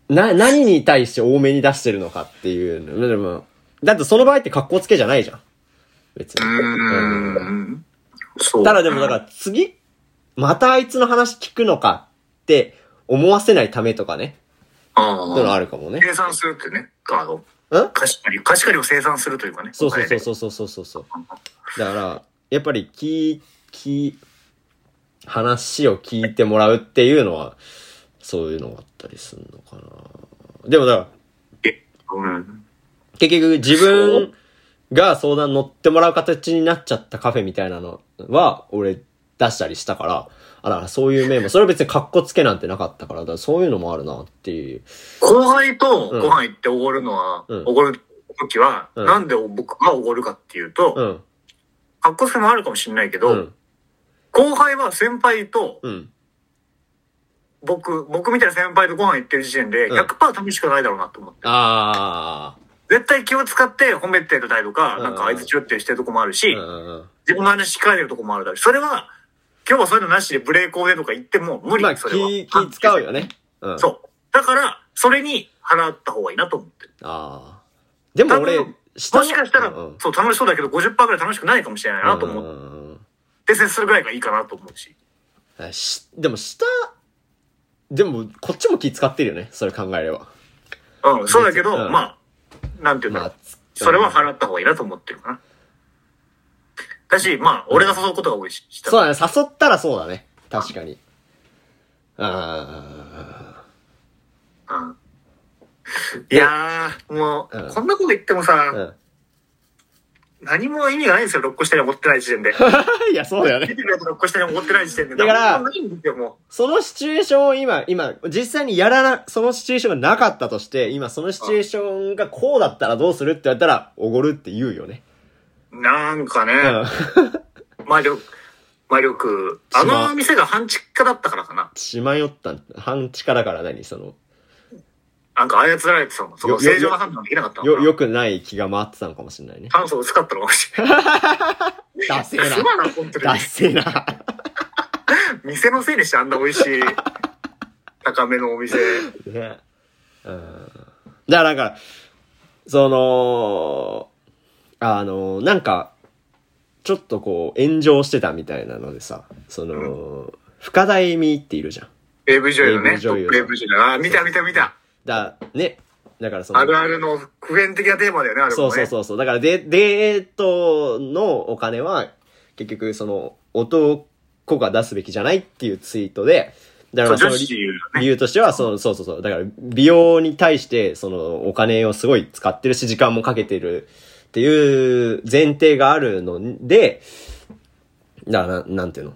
A: な、何に対して多めに出してるのかっていうの。でも、だってその場合って格好つけじゃないじゃん。別に。う
B: うー
A: ん
B: ん。そう。
A: ただでもだから次、またあいつの話聞くのかって思わせないためとかね。っていうの
B: ああ。
A: あるかもね。
B: 計算するってね、あの、
A: うん
B: 貸し借り、貸し借りを生産するというかね。
A: そうそう
B: お金で
A: そうそうそうそうそう。だから、やっぱり聞い、聞い、話を聞いてもらうっていうのは、そういうのがあったりするのかな。でもだから、
B: うん。
A: 結局自分が相談乗ってもらう形になっちゃったカフェみたいなのは、俺出したりしたから、あら、そういう面も、それは別に格好つけなんてなかったから、だからそういうのもあるなっていう。
B: 後輩と
A: うん
B: ご飯行っておごるのは、
A: うん
B: おごる時は、
A: うん
B: なんで僕がおごるかっていう
A: う
B: と、
A: ん。
B: 格好性もあるかもしれないけど、
A: うん。
B: 後輩は先輩と、
A: うん。
B: 僕、僕みたいな先輩とご飯行ってる時点で、
A: うん
B: 100%楽しくないだろうなと思って。
A: あ
B: 絶対気を使って褒めてる態度か、
A: うん
B: なんか相づち打ってしてるとこもあるし、
A: ー。うん。
B: 自分の話控えてるとこもあるだろうし、それは、今日はそういうのなしでブレーコーでとか言っても無理、
A: まあ、
B: それは。
A: 気、気使うよね。うん。
B: そう。だから、それに払った方がいいなと思ってる。
A: ああ。でも俺
B: 多分、
A: 下の
B: もしかしたら、
A: うんうん
B: そう、楽しそうだけど50%ぐらい楽しくないかもしれないなと思っ
A: うんうん
B: て接するぐらいがいいかなと思うし。
A: うんしでも下、でもこっちも気使ってるよね。それ考えれば。
B: うん、そうだけど、
A: うん
B: まあ、なんていうんだろう。それは払った方がいいなと思ってるかな。だし、まあ、俺が誘うことが多いし、した
A: そうだね。誘ったらそうだね。確かに。あ
B: うんいやー、もう、
A: うん
B: こんなこと言ってもさ、
A: あ。うん。
B: 何も意味がないんですよ、6個下に思ってない時点で。
A: いや、 そうだよ
B: 見
A: ね。
B: てるやつ6個下に思ってない時点で。
A: だから
B: 何もないんですよ、も
A: そのシチュエーションを今、今、実際にやらな、そのシチュエーションがなかったとして、今そのシチュエーションがこうだったらどうするって言われたら、おごるって言うよね。
B: う。なんか
A: う
B: ね、
A: ん。
B: 魔力、魔力、あの店が半地下だったからかな。
A: しまよったん、半地下だから何その、
B: なんか操られてたの。その
A: よ
B: 正常な判断できなかったの
A: よ、
B: かな。
A: 良くない気が回ってたのかもしれないね。
B: 炭素薄かったのかもしれな
A: ダ
B: い。
A: セ ー
B: すまな、本当
A: な。ダ
B: に。
A: セー な。
B: 店のせいにしてあんな美味しい、高めのお店。
A: ね。 うん。だから、だから、その、あの、なんか、ちょっとこう、炎上してたみたいなのでさ、その、深田恵美っているじゃん。
B: ウェブ女優のね、
A: AV
B: ト
A: 女
B: ッ
A: 優
B: プウェブ女優。あー、見た見た見た。
A: だ、ね。だからその、
B: あるあるの普遍的なテーマだよね、あれ
A: そ
B: も
A: うそう
B: ね。
A: そうそう。だからデ、デートのお金は、結局、その、男が出すべきじゃないっていうツイートで、だからそ
B: 女
A: の
B: 子
A: 理
B: 言うよね。
A: 理由としては、その、そうそうそう。だから、美容に対して、その、お金をすごい使ってるし、時間もかけてるっていう前提があるので、だからな、なんていうの。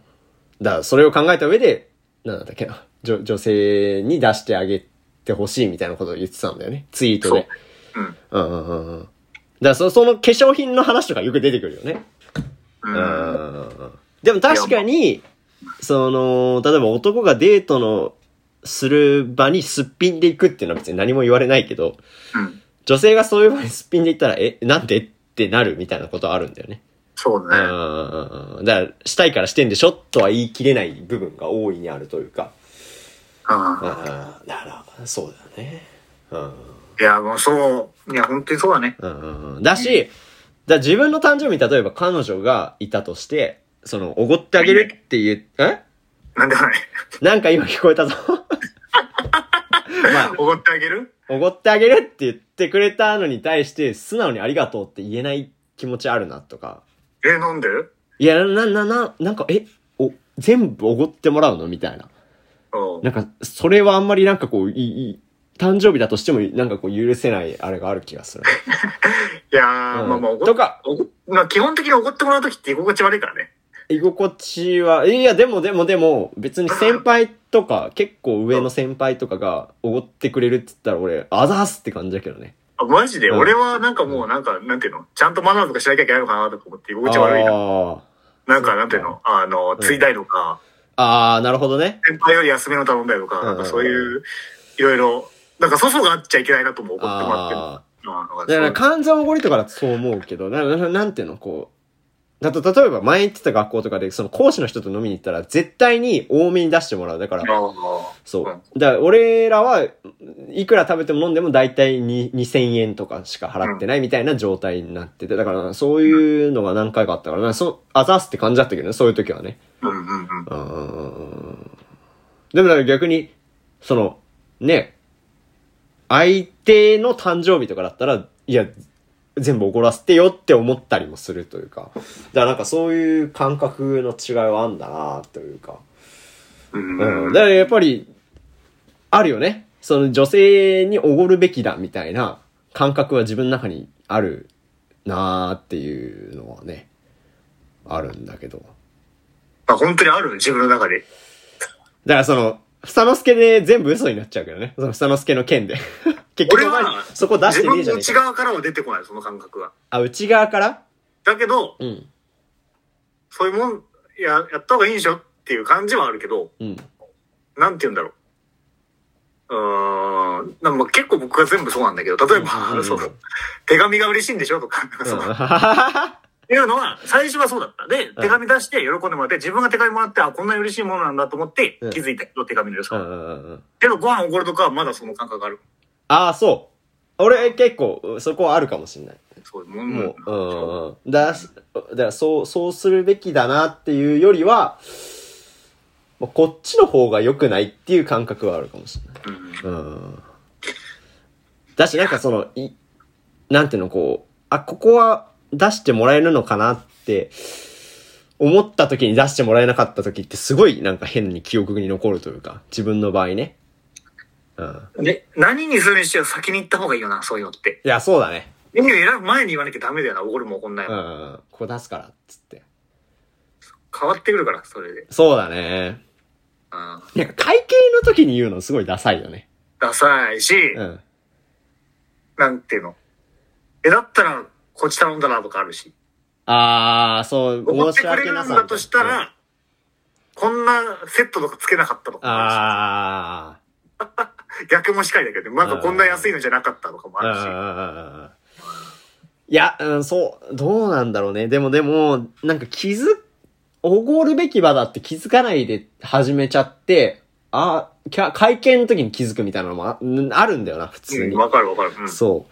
A: だからそれを考えた上で、なんだっけな、女女性に出してあげてほしいみたいなことを言ってたんだよね。ツイートで。
B: うん。
A: うんうんうんうん。だからそその化粧品の話とかよく出てくるよね。
B: う。
A: うんん。でも確かに、その、例えば男がデートのする場にすっぴんで行くっていうのは別に何も言われないけど、
B: うん。
A: 女性がそういう場にすっぴんで行ったら、え、なんでってなるみたいなことはあるんだよね。
B: そう
A: うん
B: だ
A: う
B: ね。
A: んうんうん。だから、したいからしてんでしょとは言い切れない部分が大いにあるというか。
B: うん。
A: ああ、だから、そうだよね。うん。
B: いや、もうそう。いや、本当にそうだね。
A: うんうんうんだし、だ自分の誕生日に例えば彼女がいたとして、その、おごってあげるって言う、え
B: なんでもない。
A: なんか今聞こえたぞ。まあ、
B: おごってあげる
A: おごってあげるって言ってくれたのに対して、素直にありがとうって言えない気持ちあるなとか。
B: え、飲んでる
A: いや、な、な、な、なんか、え、お、全部おごってもらうのみたいな。
B: うん。
A: なんか、それはあんまりなんかこう、いいいい、誕生日だとしても、なんかこう、許せないあれがある気がする。
B: いやー、
A: うん
B: まあまあ、おご
A: とか
B: おごまあ、基本的におごってもらうときって居心地悪いからね。
A: 居心地は、いや、でもでもでも、別に先輩とか、結構上の先輩とかがおごってくれるって言ったら俺、あざーすって感じだけどね。
B: あマジで、
A: うん
B: 俺はなんかもうなんか、なんていうのちゃんとマナーとかしなきゃいけないのかなとか思って居心地悪いな。
A: あ
B: なんか、なんていうのあの、
A: ん
B: ついだりとか、
A: あ。ああ、なるほどね。
B: 先輩より休みの頼んだりとか、
A: うん
B: なんかそういう、いろいろ、なんか粗相があっちゃいけないなとも怒ってもらってる
A: あ
B: のが
A: あ。だから、完全おごりとかだとそう思うけど、なななんていうの、こう。だと、例えば前行ってた学校とかで、その講師の人と飲みに行ったら、絶対に多めに出してもらう。だから、
B: あ
A: そう
B: うん。
A: だから俺らはいくら食べても飲んでも大体に2000円とかしか払ってないみたいな状態になってて、だからそういうのが何回かあったからな、そあざーすって感じだったけどね、そういう時はね。
B: あ。うんうんうん。
A: うんうんうんうんでもだから逆に、その、ね、相手の誕生日とかだったら、いや、全部怒らせてよって思ったりもするというか、だからなんかそういう感覚の違いはあんだなというか。
B: うんうん
A: うんだからやっぱり、あるよね。その女性におごるべきだみたいな感覚は自分の中にあるなーっていうのはね、あるんだけど。
B: まあ、本当にある自分の中で。
A: だからその、ふさのすけで全部嘘になっちゃうけどね。そのふさのすけの件で。 結局
B: 俺は
A: お前そこ出し
B: 自
A: てねえ
B: 分
A: じゃ
B: の
A: ねえ
B: 内
A: か。
B: 側からは出てこない、その感覚は。
A: あ、内側から
B: だけど、
A: うん。
B: そういうもん、や、やった方がいいでしょっていう感じはあるけど、
A: うん。
B: なんて言うんだろう。うーん、なんかまあ結構僕が全部そうなんだけど、例え
A: うんうんう
B: ば、
A: ん
B: その、手紙が嬉しいんでしょとか、
A: う
B: そ
A: ん
B: のっていうのは、最初はそうだった。で、手紙出して喜んでもらって、自分が手紙もらって、あ、こんなに嬉しいものなんだと思って
A: うん
B: 気づいたけど、手紙の良
A: う
B: さ。
A: んうんうんうん。
B: けど、ご飯おごるとかはまだその感覚がある。
A: ああ、そう。俺結構そこはあるかもしんない。
B: そう、もう、
A: もう、うん
B: そう
A: うんうん。だ、だからそう、そうするべきだなっていうよりは、まあこっちの方が良くないっていう感覚はあるかもしれない。
B: うん
A: うん。だし、なんかその、い、なんていうの、こう、あ、ここは出してもらえるのかなって、思った時に出してもらえなかった時ってすごいなんか変に記憶に残るというか、自分の場合ね。うん。
B: で、何にするにしては先に行った方がいいよな、そういうのって。
A: いや、そうだね。
B: メニュー選ぶ前に言わなきゃダメだよな、おごるもおごんないも。
A: うんうんうん。ここ出すから、つって。
B: 変わってくるから、それで。
A: そうだね。
B: うん。
A: なんか会計の時に言うのすごいダサいよね。
B: ダサいし、
A: うん。
B: なんていうの。え、だったら、こっち頼んだなとかあるし。
A: あー、そう、
B: 思
A: 申
B: って
A: し
B: くれ
A: 訳
B: る
A: なんさみい
B: だ
A: な
B: とした
A: うん
B: ら、こんなセットとかつけなかったとかあ
A: あ
B: るし、逆もしかりだけど、なんかこんな安いのじゃなかったとかも
A: ー。
B: あ
A: うん
B: る
A: うんう
B: し、
A: んうんうんいや、うん、そう、どうなんだろうね。でもでも、なんか気づ、おごるべき場だって気づかないで始めちゃって、あーきゃ会見の時に気づくみたいなのもあんあるんだよな、普通
B: う
A: に
B: ん、。わかるわかる。うん
A: そ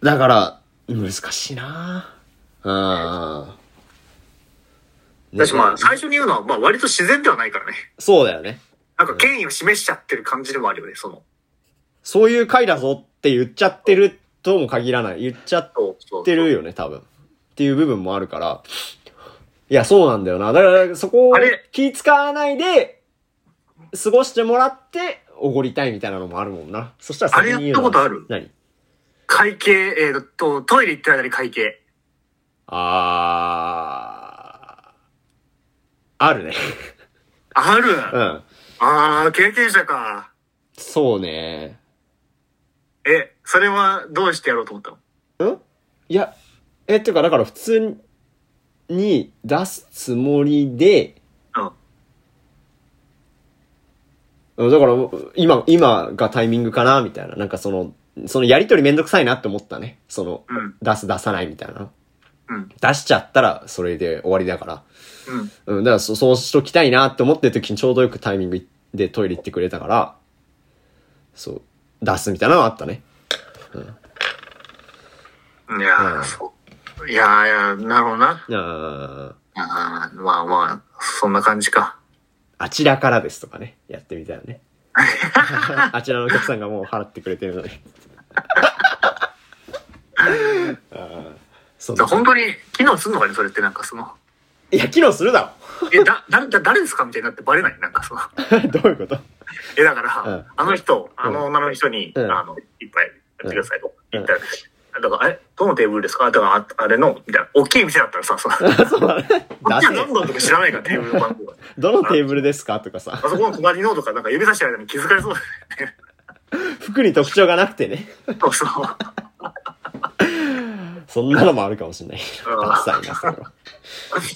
A: う。だから、難しいなあうん。
B: だしまあ、
A: ね
B: 最初に言うのは、まあ割と自然ではないからね。
A: そうだよね。
B: なんか権威を示しちゃってる感じでもあるよね、その。
A: そういう回だぞって言っちゃってるとも限らない。言っちゃっ
B: そうそう
A: てるよね、多分。っていう部分もあるから。いや、そうなんだよな。だから、そこを
B: あれ
A: 気使わないで、過ごしてもらって、おごりたいみたいなのもあるもんな。そしたら
B: あれやったことある
A: 何
B: 会計、えー、と、トイレ行ってる間に会計。
A: あー。あるね。
B: ある、
A: うん。
B: ああ、経験者か。
A: そうね。
B: え、それはどうしてやろうと思ったの
A: んいや、え、っていうか、だから普通に出すつもりで、
B: うん。
A: うんだから、今、今がタイミングかなみたいな。なんかその、そのやりとりめんどくさいなって思ったね。その、
B: うん。
A: 出す出さないみたいな。
B: うん。
A: 出しちゃったら、それで終わりだから。
B: うん。
A: うん、だからそ、そうしときたいなって思ってる時にちょうどよくタイミングでトイレ行ってくれたから、そう、出すみたいなのはあったね。
B: いやー、
A: うん
B: そう。いやーいやー、なるほどな。
A: あ
B: あーまあまあ、そんな感じか。
A: ーあちらからですとかね、やってみたいよ ね。あちらのお客さんがもう払ってくれてるので。 あーそんな
B: 本当に、機能すんのかねそれってなんかその、
A: いや、機能するだ
B: え、だ、 だ、だ誰ですかみたいになってバレないなんかその。
A: ろ どういうこと
B: え、だから、
A: うん
B: あの人、あの女の人に、
A: うん
B: あの、いっぱいやってくださいと言ったら、だから、え、どのテーブルですかあだから、ああれの、みたいな、大きい店だったらさ、 その、こ
A: そうだね。
B: っ
A: だ
B: ちは
A: せ
B: どんどんとか知らないから、テーブルの番 号が。
A: どのテーブルですかとかさ
B: あ、そこの隣のとか、なんか指差してる間に気づかれそうだよね。
A: 服に特徴がなくてね。
B: そうそう。
A: そんなのもあるかもしれない。
B: うん
A: ダサいな、それ は。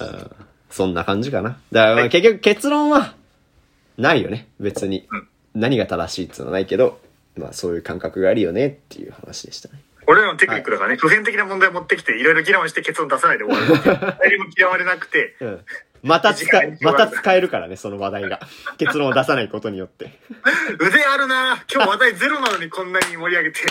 A: うんそんな感じかな。だからまあ結局結論は、ないよね、別に
B: うん。
A: 何が正しいっていうのはないけど、まあそういう感覚があるよねっていう話でしたね。
B: 俺らのテクニックだからね、普遍的な問題持ってきて、いろいろ議論して結論出さないで終わるっていう。誰にも嫌われなくて、
A: うん。また使
B: いい
A: え、
B: 時間
A: ま
B: に
A: た使えるからね、その話 題が。結論を出さないことによって。
B: 腕あるな今日話題ゼロなのにこんなに盛り上 げて。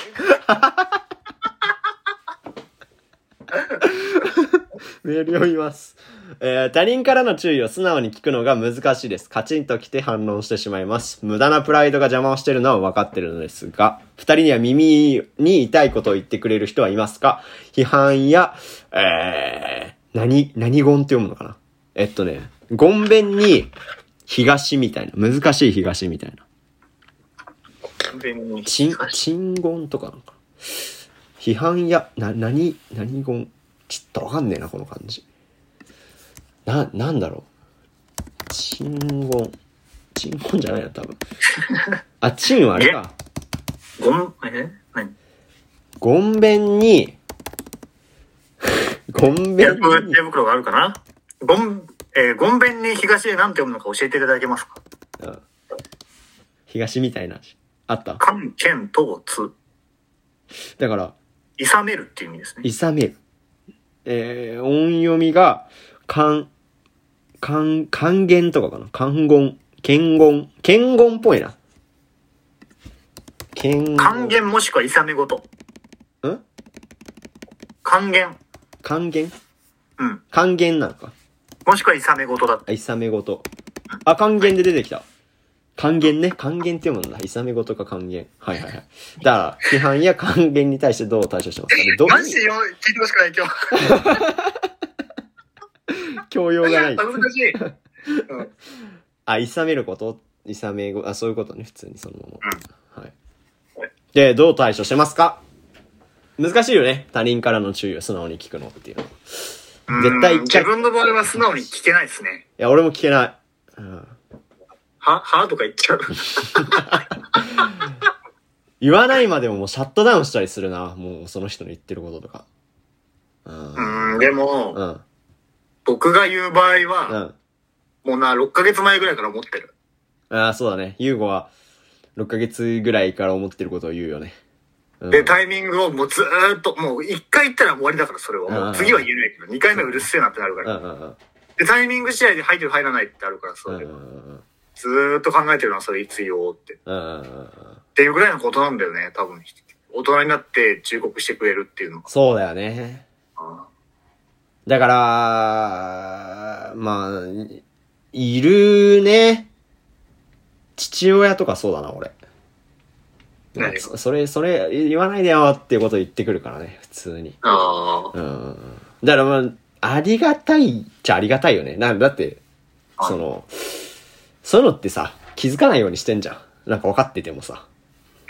A: メール読みます。えー他人からの注意を素直に聞くのが難しいです。カチンと来て反論してしまいます。無駄なプライドが邪魔をしているのは分かってるのですが、二人には耳に痛いことを言ってくれる人はいますか批判や、えー、何、何言って読むのかなえっとね、言弁に、東みたいな、難しい東みたいな。
B: 完全に。
A: ちん、鎮言とかなんかな。批判や、な、なに、何言ちょっとわかんねえな、この感じ。な、なんだろう。鎮言。鎮言じゃないな、多分。あ、鎮はあれか。
B: ごん、え何
A: 言弁に、言
B: 手
A: 弁
B: 袋
A: に
B: 手、袋があるかなごん、えー、ごんべんに東へ何て読むのか教えていただけますか
A: うん東みたいな。あった。
B: 関、剣、とつ、
A: だから、
B: いさめるっていう意味ですね。
A: いさめる。えー、音読みが、かん、かん、還元とかかな。還言、検言、検言っぽいな。検言。
B: 還元もしくはいさめごと。
A: ん
B: 還元。
A: 還元
B: うん。
A: 還元なのか。
B: もしくはいさめごとだっ
A: あ、
B: て。
A: いさめごと。あ、還元で出てきた。還元ね。還元って読むんだ。いさめごとか還元。はいはいはい。だから、批判や還元に対してどう対処してますかね。どう
B: マジよ、聞いてほしくない今日。
A: 教養がない。
B: 恥ずかしい。うん
A: あ、いさめることいさめご、あ、そういうことね、普通にそのまま。はい
B: はい。
A: で、どう対処してますか難しいよね。他人からの注意を素直に聞くのっていうの。い 絶対
B: うん自分の場合は素直に聞けないですね。
A: や、俺も聞けない。うん、
B: は、はとか言っちゃう。
A: 言わないまでももうシャットダウンしたりするな。もうその人の言ってることとか。う。
B: うんん、でも、
A: うん。
B: 僕が言う場合
A: う
B: は、
A: ん。
B: もうな、6ヶ月前ぐらいから思ってる。
A: ああ、そうだね。ユーゴは、6ヶ月ぐらいから思ってることを言うよね。うん、
B: で、タイミングをもうずーっと、もう1回言ったら終わりだから、それは。
A: う
B: も
A: ん
B: う次は言えないけど、2回目はうるせえなってなるか
A: う
B: ら。
A: んうんうん。
B: で、タイミング次第で入ってる入らないってあるから、
A: う
B: そ
A: んう
B: れ
A: んう。ん
B: ずーっと考えてるのはそれいつ言おうって。っ
A: うんうんうん。
B: ていうぐらいのことなんだよね、多分。大人になって忠告してくれるっていうのが。
A: そうだよね。だから、まあ、いいるね。父親とかそうだな、俺。
B: 何が
A: そそれ、それ、言わないでよっていうこと言ってくるからね、普通に。
B: ああ。
A: うん。だからまあ、ありがたいっちゃありがたいよね。なんだって、
B: はい
A: その、そういうのってさ、気づかないようにしてんじゃん。なんか分かっててもさ。
B: うん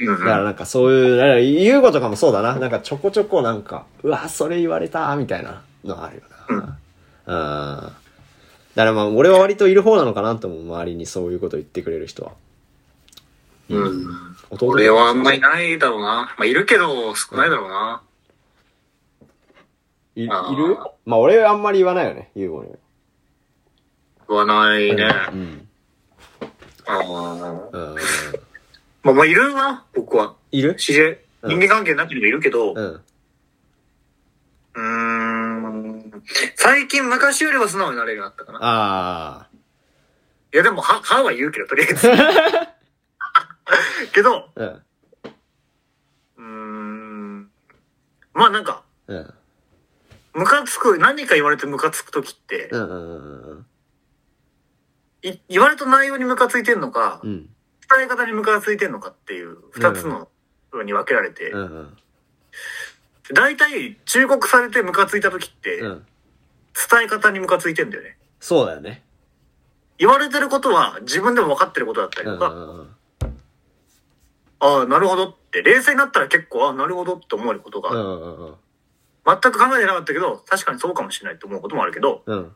B: う
A: だから
B: ん。
A: なんかそういう、だから優吾とかもそうだな。なんかちょこちょこなんか、うわ、それ言われた、みたいなのあるよな。うん。だからまあ、俺は割といる方なのかなと思う。周りにそういうこと言ってくれる人は。
B: うん。
A: 弟
B: 俺はあんまりないだろうな。まあ、いるけど、少ないだろうな。
A: いいる
B: あー
A: まあ、俺はあんまり言わないよね、優吾には。
B: 言わないね。あ
A: うん。
B: あ。
A: うん。
B: まあ、まあ、いるな、僕は。
A: いる
B: 自然、
A: うん
B: 人間関係なくてもいるけど、
A: う。
B: うんーん、最近昔よりは素直になれるようになったかな。
A: あ
B: いや、でも、は、はは言うけど、とりあ えず。けど、
A: あ。うん。
B: うーん、まあなんか、
A: うん。
B: ムカつく、何か言われてムカつくときって
A: う、ん。うん。
B: い言われた内容にムカついてんのか
A: う、ん。
B: 伝え方にムカついてんのかっていう、二つの風に分けられて
A: う、ん。
B: 大体、忠告されてムカついたときって、
A: う
B: 伝
A: ん。
B: え方にムカついてんだよね。
A: そうだよね。
B: 言われてることは自分でも分かってることだったり
A: うん。
B: と
A: う
B: か、
A: ん。うん
B: ああ、なるほどって、冷静になったら結構、ああ、なるほどって思えること
A: う
B: が、
A: ん。うん
B: 全く考えてなかったけど、確かにそうかもしれないって思うこともあるけど、
A: うん。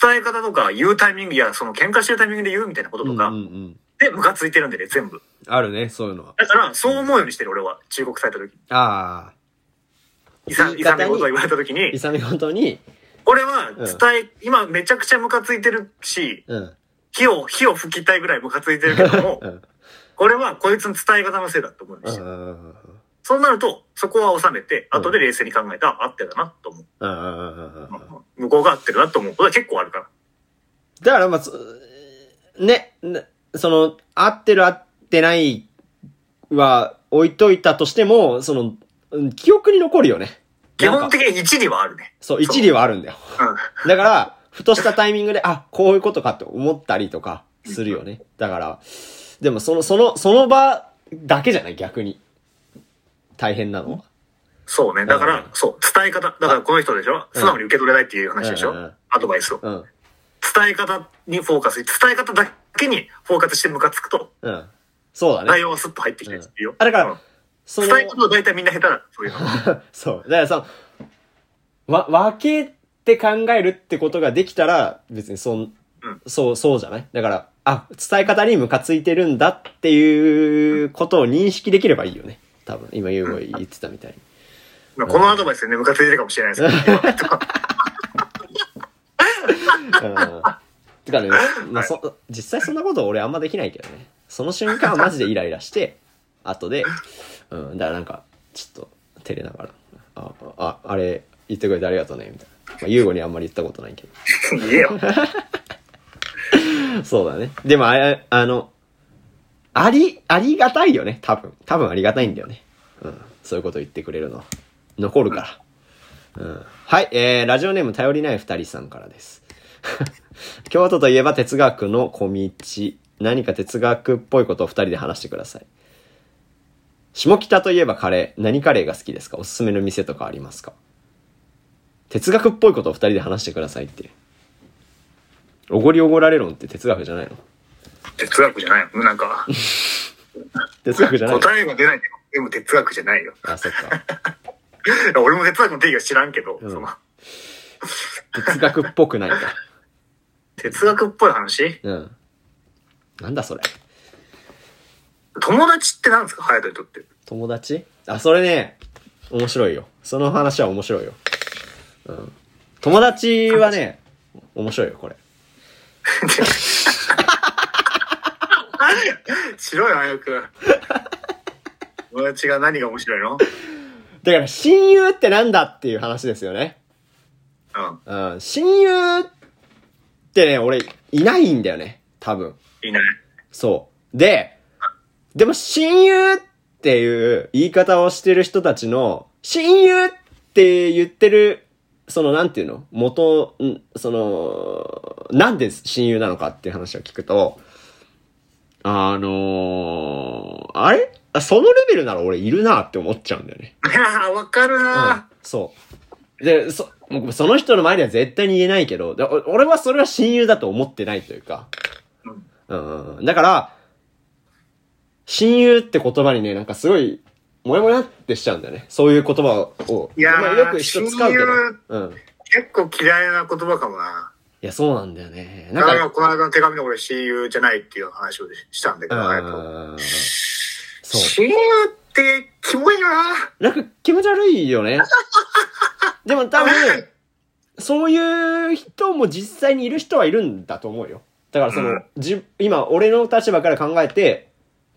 B: 伝え方とか言うタイミング、いや、その喧嘩してるタイミングで言うみたいなこと
A: う
B: と
A: ん。
B: か、
A: うん。
B: で、ムカついてるんでね、全部。
A: あるね、そういうのは。
B: だから、そう思うようにしてる、俺は。忠告された時。
A: ああ。
B: いさ、
A: 言い
B: いさ
A: 方に
B: めことを言われた時
A: い
B: に、
A: さみごとに、
B: 俺は伝え、今めちゃくちゃムカついてるし、
A: うん。
B: 火を、火を吹きたいぐらいムカついてるけども
A: う、ん。
B: 俺はこいつの伝え方のせいだと思うん
A: う
B: です
A: ん。う
B: よ。
A: ん。
B: そうなると、そこは収めて、
A: うん
B: 後で冷静に考えたら、合ってたな、と思う。
A: うん。
B: 向こうが合ってるなと思うことは結構あるから。
A: だからまあ、そね、ねその、合ってる合ってないは置いといたとしても、その、うん記憶に残るよね。
B: 基
A: な
B: 本
A: んか
B: 的に1にはあるね。
A: そう、一理はあるんだよ。
B: うん。
A: だから、ふとしたタイミングで、あ、こういうことかと思ったりとかするよね。だから、でもその、その、その場だけじゃない逆に。大変なのは。
B: そうね。だか
A: うん
B: ら、そう、伝え方。だからこの人でしょ
A: うん
B: 素直に受け取れないっていう話でしょ
A: うんうんうん
B: アドバイスを。
A: うん。
B: 伝え方にフォーカス、伝え方だけにフォーカスしてムカつくと、
A: うん。そうだね
B: 内。容はスッと入ってきてるっていうよ。
A: あ、だから、
B: うん
A: その、
B: 伝え方は大体みんな下手だ。そうい うの。
A: そう。だからさ、わ、分けて考えるってことができたら、別にそん、
B: うん
A: そう、そうじゃないだから、あ、伝え方にムカついてるんだっていうことを認識できればいいよね。多分、今、ゆうご言ってたみたいに。
B: まあこのアドバイスでね、ムカついてるかもしれな いですけど。
A: うん。てかね、まあ、そ、実際そんなこと俺あんまできないけどね。その瞬間はマジでイライラして、後で、うん、だからなんか、ちょっと、照れながら、あ、あ、あれ、言ってくれてありがとうね、みたいな。まあ、ゆうごにあんまり言ったことないけど。
B: 言えよ。
A: そうだね。でもあれ、あの、あり、ありがたいよね、多分。多分ありがたいんだよね。うん。そういうこと言ってくれるのは。残るから。うん。はい、えー、ラジオネーム頼りない二人さんからです。 京都といえば哲学の小道。何か哲学っぽいことを二人で話してください。下北といえばカレー。何カレーが好きですかおすすめの店とかありますか哲学っぽいことを二人で話してくださいっていう。おごりおごられ論って哲学じゃないの
B: 哲学じゃないのなんか、
A: 哲学 じゃないの
B: 答えが出ないんだよでも哲学じゃないよ。
A: あ、そっか。
B: 俺も哲学の定義は知らんけど、
A: うん
B: その
A: 哲学っぽくないんだ。
B: 哲学っぽい話
A: うん。なんだそれ。
B: 友達って何ですか隼人にとって。
A: 友達あ、それね、面白いよ。その話は面白いよ。うん。友達はね、面白いよ、これ。
B: 白いよ、早く。友達が何が面白いの
A: だから、親友ってなんだっていう話ですよね。
B: うん。
A: うん。親友ってね、俺、いないんだよね。多分。
B: いない。
A: そう。で、でも親友っていう言い方をしてる人たちの、親友って言ってる、そのなんていうの元、んその、なんで親友なのかっていう話を聞くと、あのー、あれあそのレベルなら俺いるなって思っちゃうんだよね。
B: いやー、 わかる
A: うん
B: な、
A: そう。で、そ、もうその人の前では絶対に言えないけど、でお俺はそれは親友だと思ってないというか。
B: うん
A: うん。だから、親友って言葉にね、なんかすごい、もやもやってしちゃうんだよね。そういう言葉を。
B: いやー
A: まあよく人使うけど。うん。
B: 結構嫌いな言葉かもな。
A: いや、そうなんだよね。
B: だ
A: なん
B: から
A: か、
B: この間の手紙の俺親友じゃないっていう話をしたんだけど、やっぱ
A: うん。そう。
B: 親友ってキモいな。
A: なんか気持ち悪いよ ね。でも多分、そういう人も実際にいる人はいるんだと思うよ。だからその、
B: うん
A: じ今、俺の立場から考えて、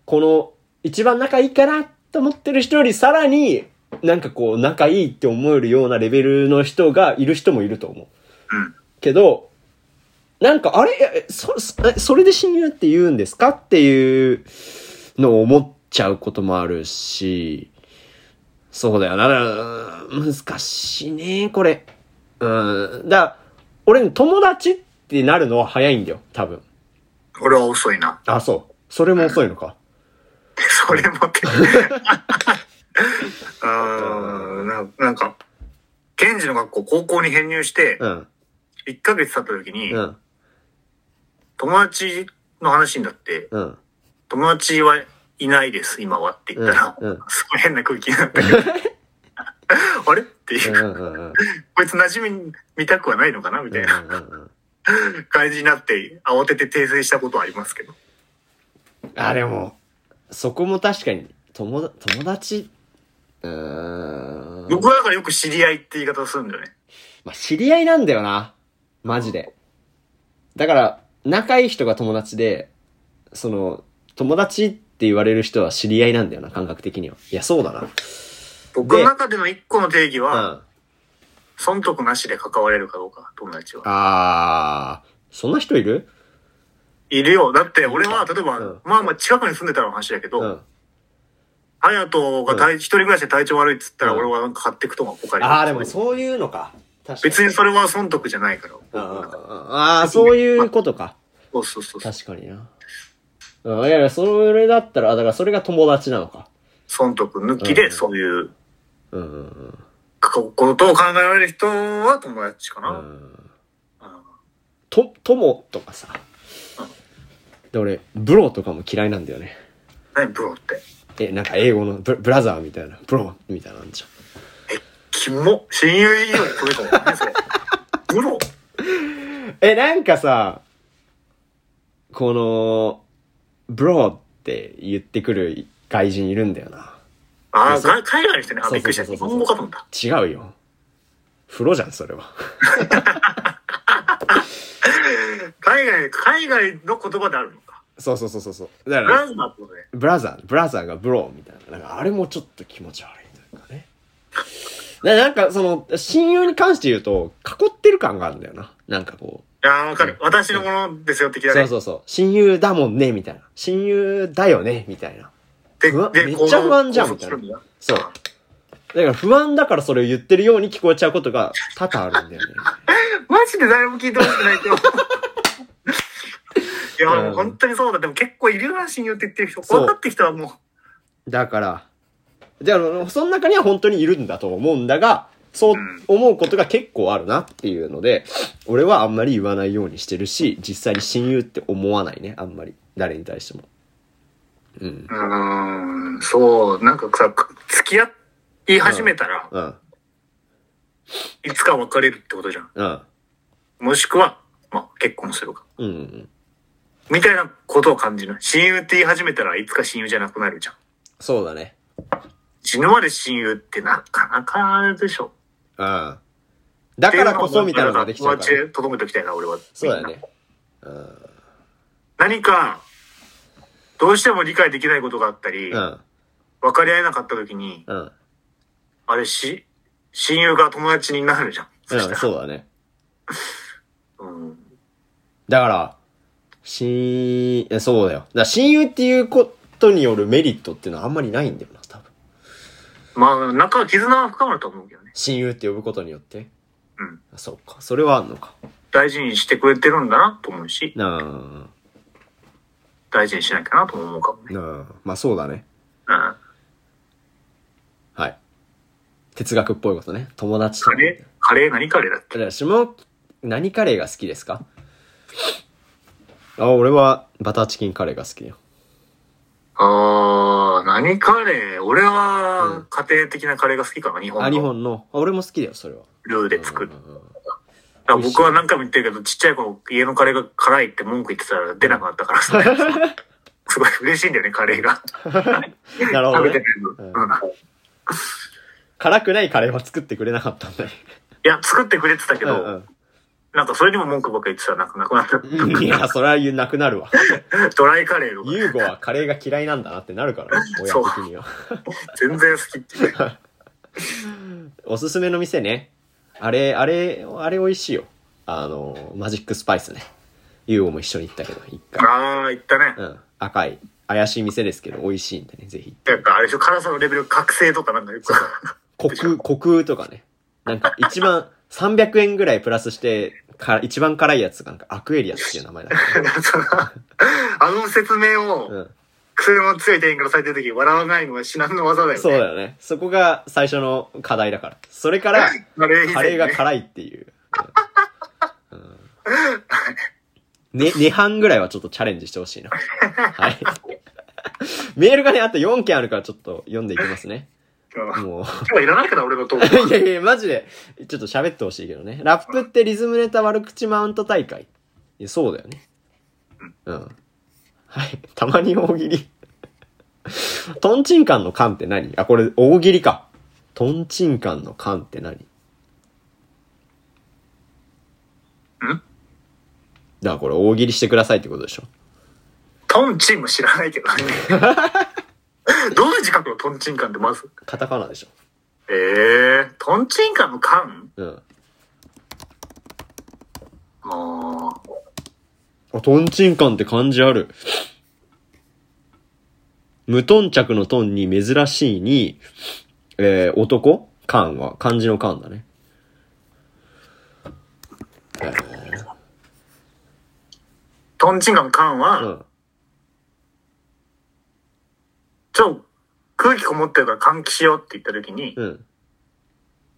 A: この、一番仲いいかなと思ってる人よりさらに、なんかこう、仲いいって思えるようなレベルの人がいる人もいると思う。
B: うん
A: けど、なんか、あれいやえそ、そえそれで親友って言うんですかっていうのを思っちゃうこともあるし、そうだよな。だからうん難しいね、これ。うん。だから俺、友達ってなるのは早いんだよ、多分。
B: 俺は遅いな。
A: あ、そう。それも遅いの か。
B: それも って。うーんななんか、ケンジの学校、高校に編入して
A: う、ん。
B: 1ヶ月経った時に
A: う、ん。
B: 友達の話になって、
A: うん。
B: 友達はいないです、今はって言ったら、
A: うんうん
B: すごい変な空気になったけど あれっていうう、
A: んうんうんうん。
B: こいつ馴染み見たくはないのかなみ
A: うんう
B: たい
A: ん
B: な
A: うん
B: 感じになって、慌てて訂正したことはありますけど。
A: あ、でも、そこも確かに、友だ、友達、うーん。
B: 僕はだからよく知り合いって言い方をするんだよね。
A: まあ、知り合いなんだよな。マジで。だから、仲いい人が友達で、その、友達って言われる人は知り合いなんだよな、感覚的には。いや、そうだ
B: 僕の中での一個の定義
A: な。
B: は、
A: うん。
B: 損得なしで関われるかどうか、友達は。
A: あー、そんな人いる
B: いるよ。だって俺は、例えば、
A: うん
B: まあまあ近くに住んでたら話だけ
A: う
B: ど、
A: ん。
B: 隼人が体一人暮らしで体調悪いっつったら
A: うん
B: 俺はなんか買ってくとかポカリ。
A: あー、でもそういうのか。確かに。
B: 別にそれは損得じゃないから。
A: うんうんうんあー、そういうことか。
B: そうそうそうそう。
A: 確かにな。うん、いやいや、それだったら、あだからそれが友達なのか。
B: 損得抜き
A: うん
B: でそういう
A: うんうんうん。
B: ことを考えられる人は友達か
A: う
B: な。
A: ん
B: うん
A: と、友とかさ
B: うん。
A: で、俺、ブローとかも嫌いなんだよね。
B: 何ブロって。
A: え、なんか英語のブブラザーみたいな、ブローみたいなのあんじゃ
B: キモ親友以上に遠いかもね、それ。 ブロ
A: ん。え、なんかさ、この、ブローって言ってくる外人いるんだよな。
B: ああ、
A: そう
B: が海外の人ね。あ、
A: そうそうそうそう
B: びっくりした。日本語かと思った。
A: 違うよ。風呂じゃん、それは。
B: 海外、海外の言葉であるのか。
A: そうそうそうそうそう。だか
B: ブ
A: ら、
B: ランマってことね。
A: ブラザー、ブラザーがブローみたいな。なんかあれもちょっと気持ち悪いというかね。ななんかその、親友に関して言うと、囲ってる感があるんだよな。なんかこう。
B: いやーわかる。私のものですよ、的な
A: そう
B: ね。
A: そうそう。親友だもんね、みたいな。親友だよね、みたいな。
B: で
A: うわめっ
B: こう
A: ちゃ不安じゃん
B: こう
A: みたいな
B: するんだよ
A: そう。だから不安だからそれを言ってるように聞こえちゃうことが多々あるんだよね。
B: マジで誰も聞いてほしくな いと思う。いや、
A: うん
B: 本当にそうだ。でも結構いるな、親友って言ってる人。
A: そう
B: 分かってきたらもう。
A: だから、で、あの、その中には本当にいるんだと思うんだが、そう
B: うん
A: 思うことが結構あるなっていうので、俺はあんまり言わないようにしてるし、実際に親友って思わないね、あんまり。誰に対しても。うん。
B: うーん、そう、なんかさ、付き合い始めたら、
A: うん。
B: いつか別れるってことじゃん。
A: うん。
B: もしくは、まあ、結婚するか。
A: うんうん。
B: みたいなことを感じる。親友って言い始めたらいつか親友じゃなくなるじゃん。
A: そうだね。
B: 死ぬまで親友ってなかなかあれでしょ。
A: うん。だからこそみたいなのができちゃうか
B: 友達
A: ら。
B: で留めておきたいな、俺は。
A: そうだよね。うん。
B: 何か、どうしても理解できないことがあったり、
A: うん。
B: 分かり合えなかった時に、
A: うん。
B: あれし、親友が友達になるじゃん。そした
A: うん、
B: ら
A: そうだね。
B: うん
A: だから、親、えそうだよ。だから親友っていうことによるメリットっていうのはあんまりないんだよな、多分。
B: まあ、仲、絆は深まると思うけどね。
A: 親友って呼ぶことによって。
B: うん。
A: そうか。それはあんのか。
B: 大事にしてくれてるんだなと思うし、
A: な
B: 大事にしなきゃなとも思うかも
A: あ、
B: ね。
A: なあ、まあそうだね。
B: うん。
A: はい。哲学っぽいことね。友達と
B: カ
A: の。
B: レー、カレー何カレーだっ
A: だ
B: け
A: から、下、何カレーが好きですかあ、俺はバターチキンカレーが好きよ。
B: あー、何カレー俺
A: うん
B: は、家庭的なカレーが好きかな、日
A: あ、
B: 本
A: 日
B: の
A: 本の。あ俺も好きだよ、それは。
B: ルーで作る。
A: うんうんうん
B: だから僕は何回も言ってるけど、ちっちゃい頃、家のカレーが辛いって文句言ってたら出なくなったからさ、すごい嬉しいんだよね、カレーが。
A: なるほど
B: 食べて
A: ね
B: る。の。
A: うん
B: うん
A: 辛くないカレーは作ってくれなかったんだね。
B: いや、作ってくれてたけ
A: う
B: ど、
A: ん
B: なんかそれにも文句ばっかり言ってたらなくなくなった。
A: うん。いや、それは言うなくなるわ。
B: ドライカレーが
A: ユーゴはカレーが嫌いなんだなってなるからね、親
B: そう
A: 的には。
B: 全然好きっていう。
A: おすすめの店ね。あれ、あれ、あれ美味しいよ。あの、マジックスパイスね。ユーゴも一緒に行ったけど、一回。
B: ああ、言ったね
A: う。ん。赤い、怪しい店ですけど、美味しいんでね、ぜひ。
B: やっぱあれでしょ、辛さのレベル、覚醒とかなんかよく。
A: コク、コクとかね。なんか、一番、300円ぐらいプラスして、か、一番辛いやつが、なんか、アクエリアっていう名前だっ
B: その あの説明
A: た。
B: を、
A: うん。
B: 薬の強い店員からされてるとき、笑わないのは至難の技だよね。
A: そうだよね。そこが最初の課題だから。それから、
B: カレー 以
A: カ
B: 前
A: レー
B: に
A: が
B: ね。
A: 辛いっていう。うんうんね、2半ぐらいはちょっとチャレンジしてほしいな。はい。メールがね、あと4件あるからちょっと読んでいきますね。
B: うん
A: もう。
B: 今日はいらないかな、俺のトーク。
A: いやいや、マジで、ちょっと喋ってほしいけどね。ラップってリズムネタ悪口マウント大会。いや、そうだよね。うん。はい。たまに大喜利。トンチンカンの缶って何あ、これ大喜利か。トンチンカンの缶って何んだからこれ大喜利してくださいってことでしょ。
B: トンチンも知らな いけどね。どういう字書くのトンチンカンってまず。
A: カタカナでしょ。
B: ええー、トンチンカンのカン
A: うん。
B: あー
A: あ、トンチンカンって漢字ある。無頓着のトンに珍しいに、えー、男カンは、漢字のカンだね。
B: トンチンカンのカンは、
A: うん。
B: ちょ、空気こもってるから換気しようって言った時に、
A: うん。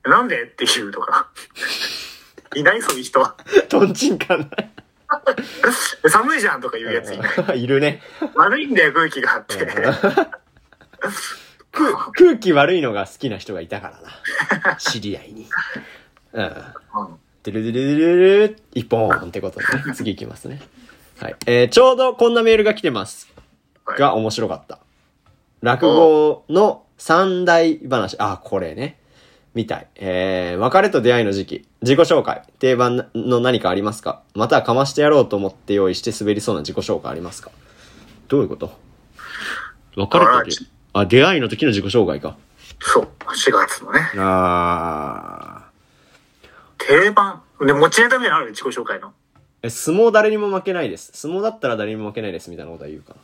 B: なんでって言うとか。 いないそういう人は。
A: トンチンカン
B: 寒いじゃんとか言うやついない。
A: だ。いる ね。
B: 悪いんだよ、空気があって。
A: 空空気悪いのが好きな人がいたからな。知り合いに。うん。ドゥルドゥルドゥルルル一本ってことでね。次いきますね。はい。えー、ちょうどこんなメールが来てます。
B: はい
A: が面白かった。落語の三大話。あ、これね。みたい。えー、別れと出会いの時期。自己紹介。定番の何かありますかまたはかましてやろうと思って用意して滑りそうな自己紹介ありますかどういうこと別れと出会い。あ、出会いの時の自己紹介か。
B: そう、4月のね。
A: あ
B: 定番。で、持ちネタみたいなのある自己紹介の。
A: え、相撲誰にも負けないです。相撲だったら誰にも負けないです。みたいなことは言うか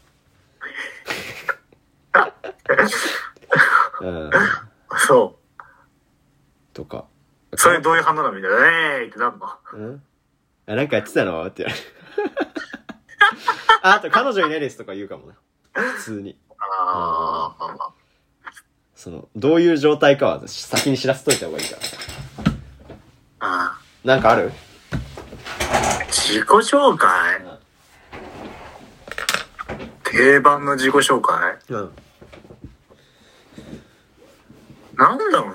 A: な。うん。
B: そ
A: とか。
B: う。それどういう反応なのみたいな。えーいってなんの
A: うんあ、なんかやってたのって言わ れるあ、あと彼女いないですとか言うかもな。普通に。
B: ああ、
A: その、どういう状態かは先に知らせといた方がいいから。
B: あ
A: なんかある
B: ー自己紹介
A: うん。
B: 定番の自己紹介。
A: うん。
B: なんだろうね。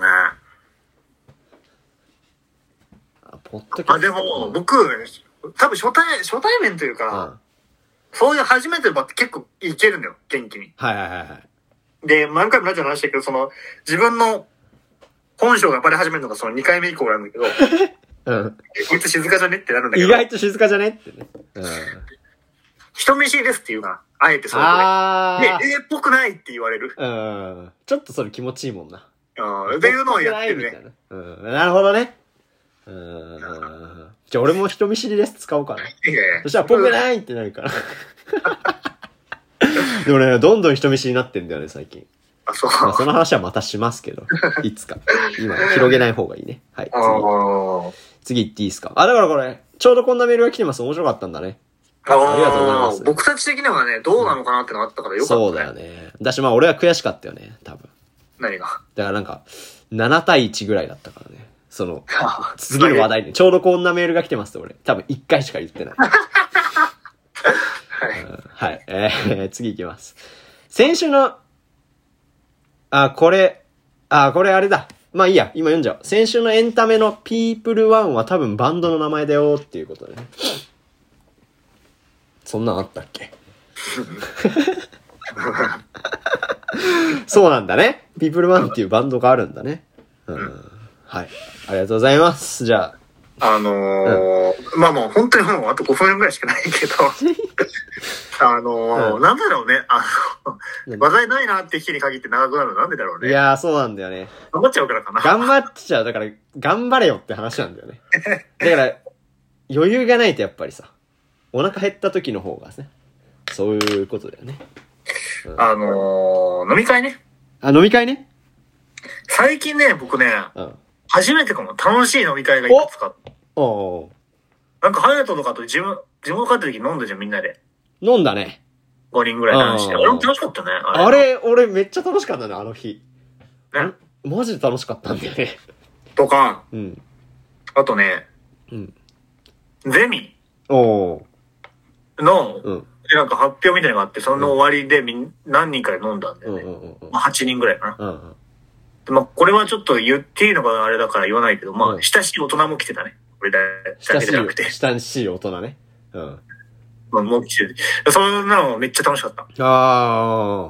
A: あ、ポッドキャスト。
B: あ、でも、僕、多分初対、初対面という
A: うん。
B: か、
A: は
B: そういう初めての場って結構いけるんだよ、元気に。
A: いはいはいはい。
B: で、何回もラジオの話したけど、その、自分の本性がバレ始めるのがその2回目以降なんだけど、
A: うん。
B: こいつ静かじゃねってなるんだけ
A: 意
B: ど、
A: 外と静かじゃねってね。うん。
B: 人見知りですって言うから、あえてそういう
A: あ
B: ことで。で、えーっぽくないって言われる。
A: ー。うん。ちょっとそれ気持ちいいもんな。
B: うん。っていうのをやって
A: み
B: る
A: た
B: ね。
A: いな。うん。なるほどね。うん。じゃあ俺も人見知りです使おうかな。
B: いやいや
A: そしたら、ぽくないってなる から。でもね、どんどん人見知りになってんだよね、最近。
B: あ、そう。
A: まあ、その話はまたしますけど。いつか。 今、広げない方がいいね。はい。
B: あー
A: 次、次行っていいですか。あ、だからこれ、ちょうどこんなメールが来てます。面白かったんだね。
B: あ
A: ありがとうございます
B: ー僕たち的にはね、どうなのかなってのがあったからよかった、ね。
A: そうだよね。だし、まあ、俺は悔しかったよね、多分。
B: 何が。
A: だからなんか、7対1ぐらいだったからね。その、 次の話題に、ちょうどこんなメールが来てますって俺、多分1回しか言ってない。
B: はい。
A: はい。えー、次行きます。先週のあ、これ、あ、これあれだ。まあいいや、今読んじゃおう。先週のエンタメのピープルワンは多分バンドの名前だよっていうことでね。そんなんあったっけそうなんだね。ピープルワンっていうバンドがあるんだね。うん。はい。ありがとうございます。じゃあ、
B: あのーまあもう本当にもうあと5分ぐらいしかない けど、あのー
A: うん
B: なんだろうね、あの、
A: 何
B: 話題ないなって日に限って長くなるのなんでだろう
A: い
B: ね。
A: やーそうなんだよね。
B: 頑張っちゃうからかな。
A: 頑張っちゃう。だから、頑張れよって話なんだよ ね。だから、余裕がないとやっぱりさ、お腹減った時の方がね、そういうことだよね。
B: あのー飲み会ね。
A: あ、飲み会ね
B: 最近ね、僕ね、
A: うん。
B: 初めてかも楽しい飲み会がいくつか。
A: おお
B: なんか、ハヤトとかと自分、自分が帰った時飲んだじゃん、みんなで。
A: 飲んだね。
B: 5人ぐらいで話して。
A: あ
B: あ
A: ー
B: れも楽しかったね。
A: あれ、俺めっちゃ楽しかったな、あの日。
B: ね
A: マジで楽しかったんだよ ね。
B: とか、
A: うん。
B: あとね、
A: うん。
B: ゼミ
A: おお
B: の、
A: うん。
B: なんか発表みたいなのがあって、その終わりでみん、何人かで飲んだんだ
A: うんう
B: よ
A: ん
B: ね。
A: うんうん。
B: まあ、8人ぐらいかな。
A: うんうん。
B: でまあ、これはちょっと言っていいのかあれだから言わないけど、まあ、
A: うん
B: 親しい大人も来てたね。俺だ
A: 親
B: け
A: し
B: じゃなくて
A: い、、親しい大人ね。うん。
B: まあ、もう来てて。そんなのめっちゃ楽しかった。あ
A: あ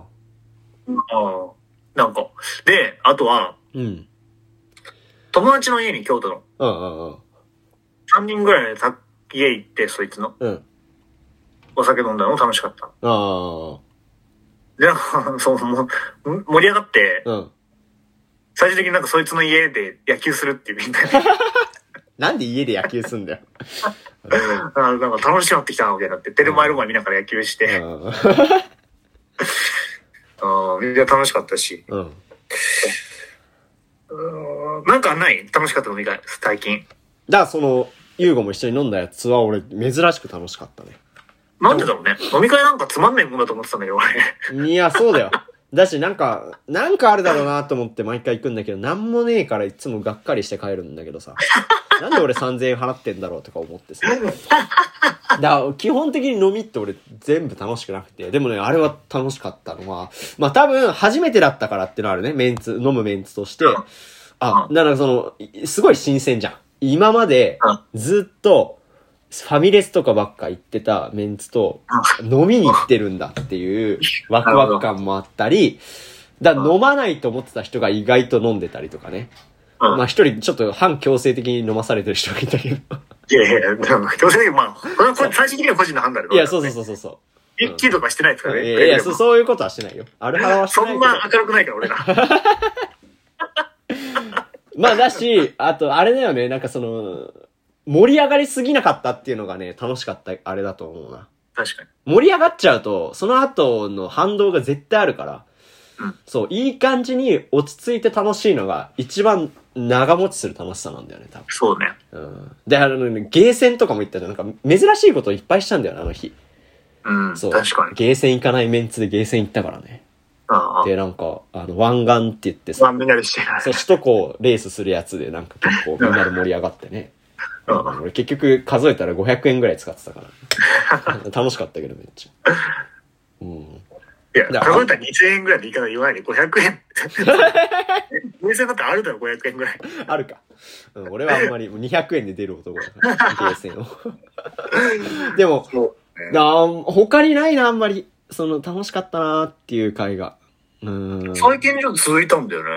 A: あ。
B: あ。なんか。で、あとは、
A: うん。
B: 友達の家に京都の
A: うんうんうん。
B: 3人ぐらいでた家行って、そいつの
A: うん。
B: お酒飲んだのも楽しかった。
A: あ
B: で、なんか、 そう、もう、盛り上がって
A: あ。、うん。
B: 最終的になんかそいつの家で野球するっていうみんなで、あ
A: なんで家で野球すんだよ。
B: ーなんか楽しくなってきたな、みたいになって、テルマエロマン見ながら野球して、あーみんな楽しかったし、
A: うん。うん
B: うーんなんかない楽しかった飲み会、最近。
A: だからその、ユーゴも一緒に飲んだやつは俺、珍しく楽しかったね。
B: なんでだろうね。飲み会なんかつまんないもんだと思ってたんだけど、俺。
A: いや、そうだよ。だし、なんか、なんかあるだろうなと思って毎回行くんだけど、なんもねえからいつもがっかりして帰るんだけどさ。なんで俺3000円払ってんだろうとか思ってさ。だから基本的に飲みって俺全部楽しくなくて。でもね、あれは楽しかったのは、まあ多分初めてだったからってのはあるね。メンツ、飲むメンツとして。あ、だからその、いすごい新鮮じゃん。今までずっとファミレスとかばっか行ってたメンツと飲みに行ってるんだっていうワクワク感もあったり、だから飲まないと思ってた人が意外と飲んでたりとかね。
B: うん
A: まあ一人ちょっと反強制的に飲まされてる人がいた けど。
B: いやいや、でも強制的に、まあ、これはこれ最終的には個人の判断だ。
A: いや、そうそううそうそうそう。
B: 一気とかしてないですからね。
A: いやいやそ、
B: そ
A: そういうことはしてないよ。アルハラはしてない
B: ん
A: け
B: な
A: ど。
B: 明るくないから、 俺ら。
A: まあだし、あと、あれだよね、なんかその、盛り上がりすぎなかったっていうのがね、楽しかった、あれだと思うな。
B: 確かに。
A: 盛り上がっちゃうと、その後の反動が絶対あるから、
B: うん
A: そう、いい感じに落ち着いて楽しいのが、一番長持ちする楽しさなんだよね、多分。
B: そうね。
A: うん。で、あのね、ゲーセンとかも行ったじゃん。なんか、珍しいこといっぱいしたんだよね、あの日。
B: うん、
A: そう。
B: 確かに。
A: ゲーセン行かないメンツでゲーセン行ったからね。
B: ああ。
A: で、なんか、あの、湾岸って言ってさ
B: ま、あ、みんなでしてない。
A: そう、首都高をレースするやつで、なんか結構みんなで盛り上がってね。
B: う
A: う
B: ん
A: ん俺結局数えたら500円ぐらい使ってたから。 楽しかったけどめっちゃ。うん。
B: いや、
A: だ
B: かぶったら2000円ぐらいでいかない、言わないで、500円。2000円だってあるだろ、500円ぐら い。
A: あるか。うん、俺はあんまりもう200円で出る男だから、ゲーセンを。 でも、
B: そう。
A: な他にないな、あんまり。その、楽しかったなっていう回が。うん。
B: 最近ちょっと続いたんだよね。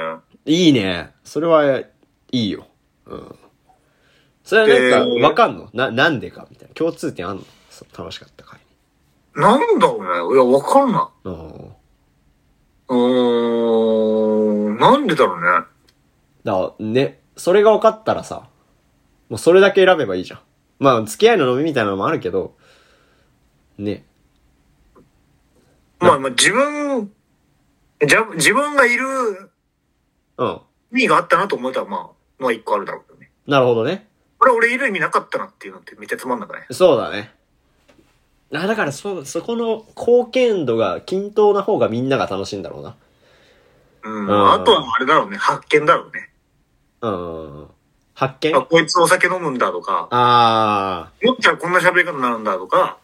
A: いいね。それは、いいよ。うん。それはなん
B: えー
A: か、わかんの、な、なんでかみたいな。共通点あんのそう楽しかった回に。
B: なんだろうね。いや、わかんない。
A: うん。
B: うーん、なんでだろうね。
A: だからね、それが分かったらさ、もうそれだけ選べばいいじゃん。まあ、付き合いの飲みみたいなのもあるけど、ね。
B: まあ、まあ、自分、じゃ、自分がいる
A: うん。
B: 意味があったなと思えたら、まあ、まあ一個あるだろうけどね。
A: なるほどね。
B: これ俺いる意味なかったなっていうのってめっちゃつまんなくない
A: そうだね。あ、だからそ、そこの貢献度が均等な方がみんなが楽しいんだろうな。
B: うん。
A: うん
B: あとはあれだろうね。発見だろうね。
A: うん。発見
B: あ、こいつお酒飲むんだとか、
A: あ
B: 酔ったらこんな喋り方になるんだとか、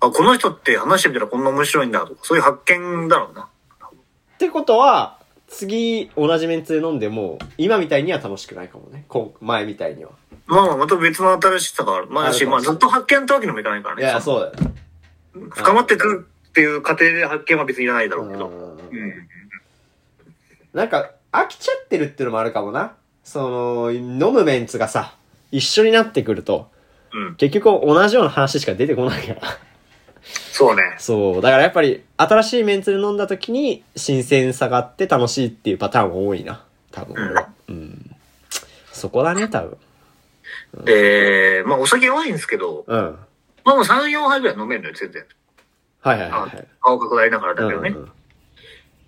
B: あ、この人って話してみたらこんな面白いんだとか、そういう発見だろうな。
A: ー。ってことは、次、同じメンツで飲んでも、今みたいには楽しくないかもね。こう、前みたいには。
B: まあまあ、また別の新しさがある。まあ、だし、まあ、ずっと発見ってわけにもいかないから
A: い
B: ね。
A: や、
B: その
A: そうだよね。
B: 深まってくるっていう過程で発見は別にいらないだろうけど。
A: うん
B: うん。
A: なんか、飽きちゃってるってのもあるかもな。その、飲むメンツがさ、一緒になってくると、
B: うん。
A: 結局同じような話しか出てこないから。
B: そうね。
A: そう。だからやっぱり、新しいメンツで飲んだ時に、新鮮さがあって楽しいっていうパターンが多いな。多分俺は。うん。そこだね、多分。
B: で、まあ、お酒弱いんですけど、
A: うん。
B: まあもう3、4杯ぐらい飲めるのよ、全然。
A: はいはい
B: あ
A: はいはい。
B: 顔拡大ながら
A: う
B: だけど
A: んう
B: ね。
A: ん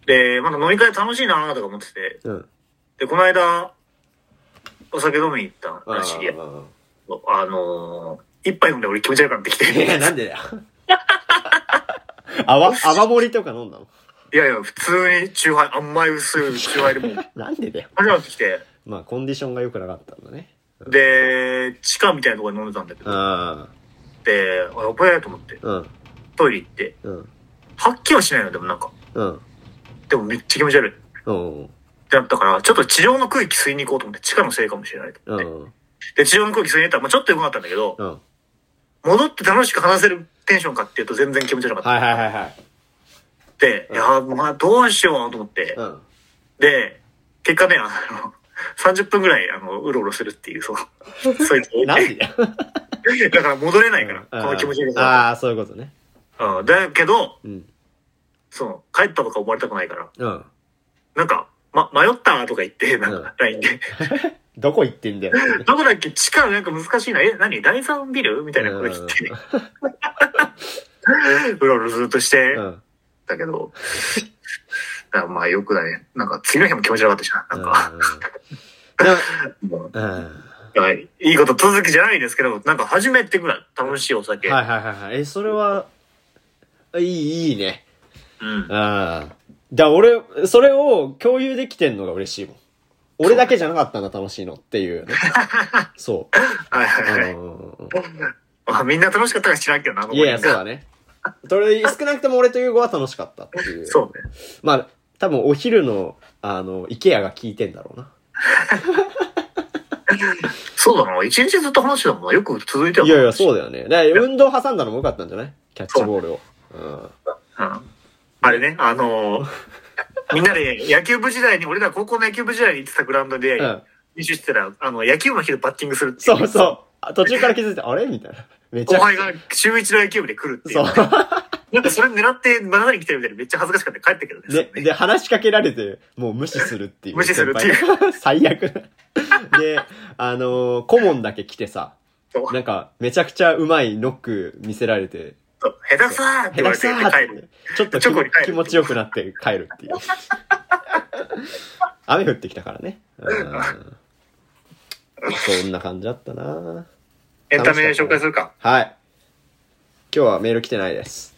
B: で、まだ飲み会楽しいなとか思ってて。
A: うん。
B: で、この間、お酒飲みに行った
A: うん。
B: らしいや。
A: うん
B: あのー、一杯飲んで俺気持ち悪くなってきて。
A: いや、なんでだよ。 泡、泡盛りとか飲んだの
B: いやいや、普通に中杯、あんまり薄い中杯でもう、気持
A: なんでだよ。
B: ち悪くなってきて。
A: まあ、コンディションが良くなかったんだね。
B: で、地下みたいなところに飲んでたんだけど、
A: あ
B: で、あ、やばいなと思って、
A: あ。うん。
B: トイレ行って、
A: うん。
B: 発見はしないの、でもなんか。
A: うん。
B: でもめっちゃ気持ち悪い。っ
A: うん。
B: てなったから、ちょっと地上の空気吸いに行こうと思って、地下のせいかもしれないと
A: う
B: 思って。
A: ん。
B: で、地上の空気吸いに行ったら、まあちょっと良くなったんだけど、
A: うん。
B: 戻って楽しく話せるテンションかっていうと全然気持ち悪かった。
A: はいはいはいはい。
B: で、
A: う
B: い
A: ん
B: や、まあどうしようと思って、
A: うん。
B: で、結果ね、あの、30分ぐらい、あの、うろうろするってい う、そう、そういう
A: なんでだよ。
B: だから戻れないから、この気持ち悪さ。
A: ああ、そういうことね。
B: うんだけど、
A: うん。
B: その、帰ったとか思われたくないから、
A: うん。
B: なんか、ま、迷ったとか言って、なんか、LINE で。
A: どこ行ってんだよ。
B: どこだっけ地下なんか難しいな。え、何第三ビルみたいなこと言って。 うろうろずっとして
A: う、ん。
B: だけど。だからまあ、よくない。なんか、次の日も気持ち悪かったじゃん。なんか、も
A: う
B: う
A: ん。うん。
B: だからいいこと続きじゃないですけど、なんか、初めてぐらい楽しいお酒。
A: はいはいはいはい。え、それは、いい、いいね。
B: うん。
A: ああ。だから俺、それを共有できてんのが嬉しいもん。俺だけじゃなかったんだ、楽しいのっていうね。そう。
B: は
A: あ
B: いはいはい。
A: のー
B: まあみんな楽しかったか知らんけどな、
A: いやいや、そう
B: う
A: だね。それ、少なくとも俺とユーゴは楽しかったっていう。
B: そうね。
A: まあ、多分お昼の、あの、イケアが効いてんだろうな。
B: そうだな。一日ずっと話してたもんな。よく続いて
A: いやいや、
B: う。
A: そうだよね。だから運動挟んだのも良かったんじゃないキャッチボールを。うん。
B: うんあれね、あのーみんなで野球部時代に、俺ら高校の野球部時代に行ってたグラウンドで
A: うん、
B: 練習してたら、あの、野球部の日でバッティングするってい
A: そうそう。あ途中から気づいて、あれみたいな。めち
B: 後
A: ゃく
B: 輩
A: ちゃ。
B: が週一の野球部で来るっていう。
A: そ
B: なんかそれ狙って真中に来てるみたいでめっちゃ恥ずかしかった帰ったけどね
A: う。。で、で、話しかけられて、もう無視するっていう。
B: 無視するっていう
A: 先輩が。 最悪。で、あのー顧問だけ来てさ、
B: そう
A: なんか、めちゃくちゃうまいノック見せられて、
B: そう下手くそーっ
A: 下
B: て言
A: 手くそー
B: われて帰
A: って
B: る。
A: ちょっと
B: チョコに帰
A: 気
B: る
A: 気持ちよくなって帰るっていう。 雨降ってきたからね。うんそんな感じだったな
B: エンタメ紹介するか。
A: はい。今日はメール来てないです。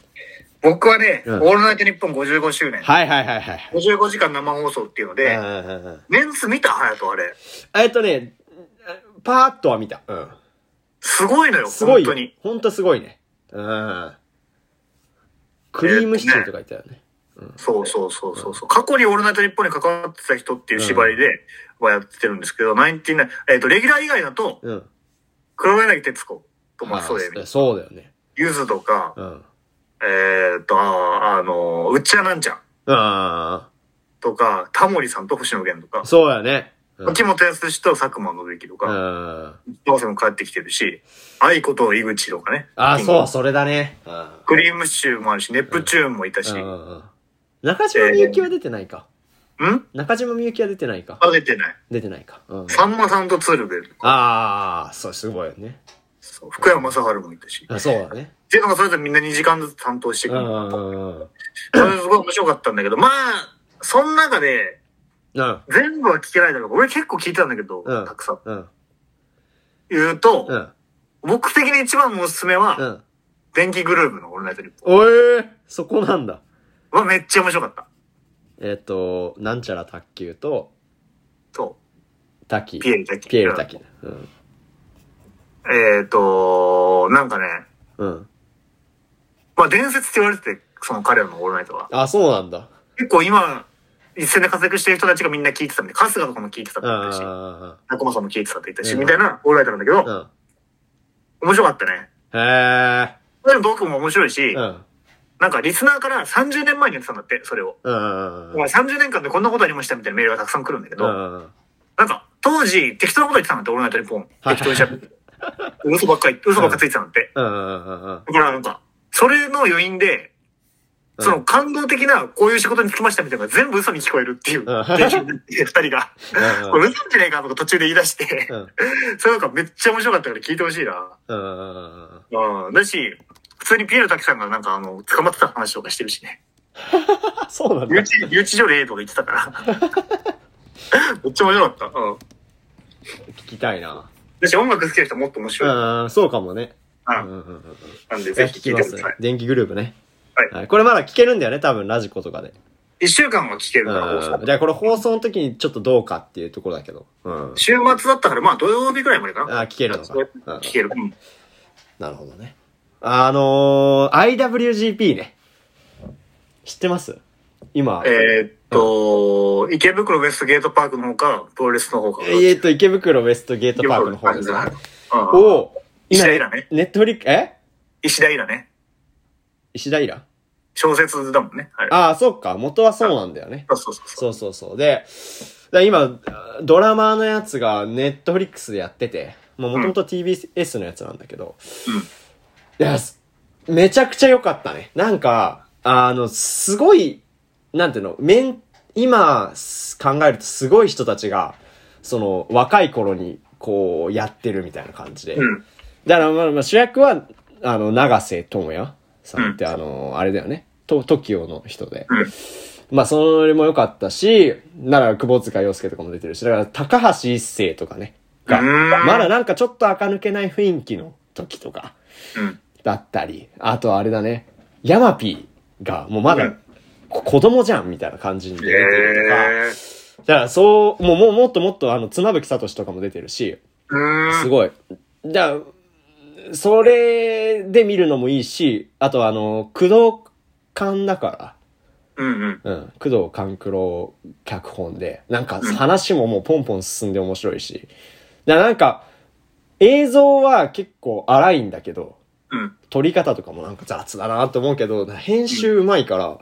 B: 僕はね、
A: うん
B: オールナイトニッポン55周年、
A: はいはいはいはい。
B: 55時間生放送っていうので、
A: うんうんうん
B: メンス見た隼人あれ。
A: えっとね、パーッとは見た。うん。
B: すごいのよ、
A: すごいよ
B: 本当に。。
A: ほんとすごいね。うん。クリームシチューとか言ったよね。
B: そうそうそうそうそう。過去にオールナイトニッポンに関わってた人っていう縛りではやってるんですけど、ナインティナイン、えっ、と、レギュラー以外だと、
A: うん。
B: 黒柳徹子とかそうだよ
A: あ
B: ね。
A: そうだよね。
B: ゆずとか、
A: うん。
B: えっ、と、ああの、うっちゃなんちゃん
A: あ
B: とか、タモリさんと星野源とか
A: あ、、そうだよね。うん
B: 秋元康と佐久間信之とか、
A: あ
B: どうせも帰ってきてるし、愛子と井口とかね。
A: あ、そう、それだね。あ
B: クリームシチューもあるし、ネプチューンもいたし、ん
A: あ中島みゆきは出てないか。
B: あ、
A: 中島みゆきは出てないか。
B: 出てない。
A: 出てないか。うん、
B: さんまさんと鶴瓶とか、
A: ああ、そう、すごいよね。
B: そう福山雅治もいたし。
A: あそうだね。
B: っていうのがそれぞれみんな2時間ずつ担当して
A: う
B: くる。
A: んうんうん。
B: それすごい面白かったんだけど、まあ、その中で、
A: うん。
B: 全部は聞けないだろうけど俺結構聞いたんだけど、
A: うん
B: たくさん。
A: うん。
B: 言うと、
A: うん。
B: 僕的に一番のおすすめは、
A: うん。
B: 電気グルーヴのオールナイトニッポ
A: おえー、そこなんだ。
B: ンはめっちゃ面白かった。
A: えっ、と、なんちゃら卓球と、
B: そ
A: 滝。
B: う。ピエールだけ。
A: ピエール滝だ。うん。
B: うんえっ、と、なんかね、
A: うん。
B: まあ伝説って言われてて、その彼らのオールナイトは。
A: あ、そうなんだ。
B: 結構今、一線で活躍してる人たちがみんな聞いてたんで、春日とかも聞いてたって言ったし、
A: あ
B: 中間さんも聞いてたって言ったし、
A: うん
B: みたいなオールライトなんだけ
A: あ、う
B: ど、
A: ん。
B: 面白かったね。
A: へ
B: でも僕も面白いし
A: え、、うん。
B: なんかリスナーから30年前にやってたんだって、それを。
A: うん。
B: お前30年間でこんなことありましたみたいなメールがたくさん来るんだけ
A: う
B: ど、
A: ん。
B: なんか、当時、適当なこと言ってたんだって、オールナイトニッポン。
A: はい
B: 適当に喋って。嘘ばっかり、嘘ばっかついてたんだって。
A: うん。うん。
B: だからなんか、それの余韻で、その感動的な、こういう仕事に就きましたみたいなのが全部嘘に聞こえるっていう、
A: うん
B: 現象になって二人が、これ嘘じゃねえかとか途中で言い出して、
A: うん
B: それなんかめっちゃ面白かったから聞いてほしいな。
A: うん。
B: うん。だし、普通にピエール滝さんがなんかあの、捕まってた話とかしてるしね。
A: そうなん
B: 留
A: だ。
B: 置、留置所でええとか言って たから。めっちゃ面白かった。うん。
A: 聞きたいな。
B: だし音楽好きな人もっと面白い。
A: うん、そうかもね。
B: う
A: うん
B: ん。
A: うんうん。
B: なん
A: ぜ
B: で、ぜ
A: ひ
B: ひ
A: 聞き
B: 聞い
A: ま
B: て
A: す
B: ください。。
A: 電気グループね。
B: はい
A: はい。これまだ聞けるんだよね、多分、ラジコとかで。
B: 一週間は聞けるから、放送
A: うん。じゃあこれ放送の時にちょっとどうかっていうところだけど。うん。
B: 週末だったから、まあ土曜日ぐらいまでかな。
A: あ、聞けるのか。うん
B: 聞ける。うん。
A: なるほどね。あのー、IWGP ね。知ってます今、
B: えーっと、池袋ウエストゲートパークの方か、プロレスの方か。
A: えーっと、池袋ウエストゲートパークの方ですね。
B: うん
A: を、今、
B: 石
A: ネ
B: 平ね
A: ットフリック、え
B: 石田イラね。
A: 石田イラ
B: 小説だもんね。あれ
A: ああ、そっか。元はそうなんだよね。
B: そうそうそうそ
A: そ
B: う。
A: うそうそう。で、だ今、ドラマのやつがネットフリックスでやってて、もともと TBS のやつなんだけど、
B: うん
A: いや、すめちゃくちゃ良かったね。なんか、あの、すごい、なんていうの、めん、今す考えるとすごい人たちが、その、若い頃に、こう、やってるみたいな感じで。
B: うん。
A: だから、まあ、まあ主役は、あの、長瀬智也さんって、あの、あれだよね。と、TOKIO の人で。
B: うん
A: まあ、それも良かったし、なら、久保塚洋介とかも出てるし、だから、高橋一生とかね。が、
B: うーん
A: まだなんかちょっと垢抜けない雰囲気の時とか、
B: うん。
A: だったり、あとあれだね、ヤマピーが、もうま
B: う
A: だ
B: ん、
A: こ子供じゃんみたいな感じに出
B: え
A: てるとか、
B: ー。
A: だから、そう、もう、もう、もっともっと、あの、妻夫木聡とかも出てるし、
B: うー
A: す
B: ん。
A: ごい。だからそれで見るのもいいし、あとあの、工藤勘だか
B: うんうん。
A: ら、うん、工藤勘九郎脚本で、なんか話ももうポンポン進んで面白いし、だからなんか、映像は結構荒いんだけど、
B: うん。
A: 撮り方とかもなんか雑だなと思うけど、編集うまいから、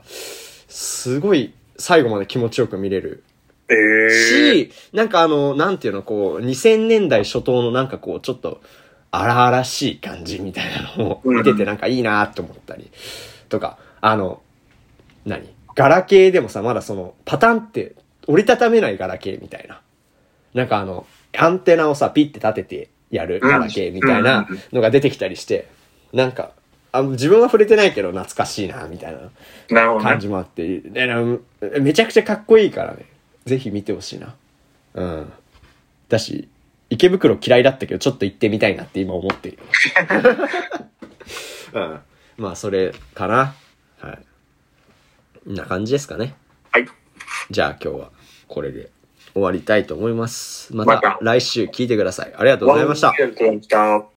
A: すごい最後まで気持ちよく見れる
B: えー。
A: し、なんかあの、なんていうの、こう、2000年代初頭のなんかこう、ちょっと、荒々しい感じみたいなのを
B: うん
A: 見ててなんかいいなと思ったり、とか、あの、何ガラケーでもさ、まだその、パタンって折りたためないガラケーみたいな。なんかあの、アンテナをさ、ピッて立ててやるガラケーみたいなのが出てきたりして、なんか、あ自分は触れてないけど懐かしいなみたいな
B: なるほど
A: 感
B: ね。
A: じもあって、でなんめちゃくちゃかっこいいからね。ぜひ見てほしいな。うん。だし、池袋嫌いだったけど、ちょっと行ってみたいなって今思ってるよ。うん。まあ、それかな。はい。んな感じですかね。
B: はい。
A: じゃあ今日はこれで終わりたいと思います。ま
B: ま
A: た
B: た
A: 来週聞いてください。ありがとうございました
B: あ。りがとうございました。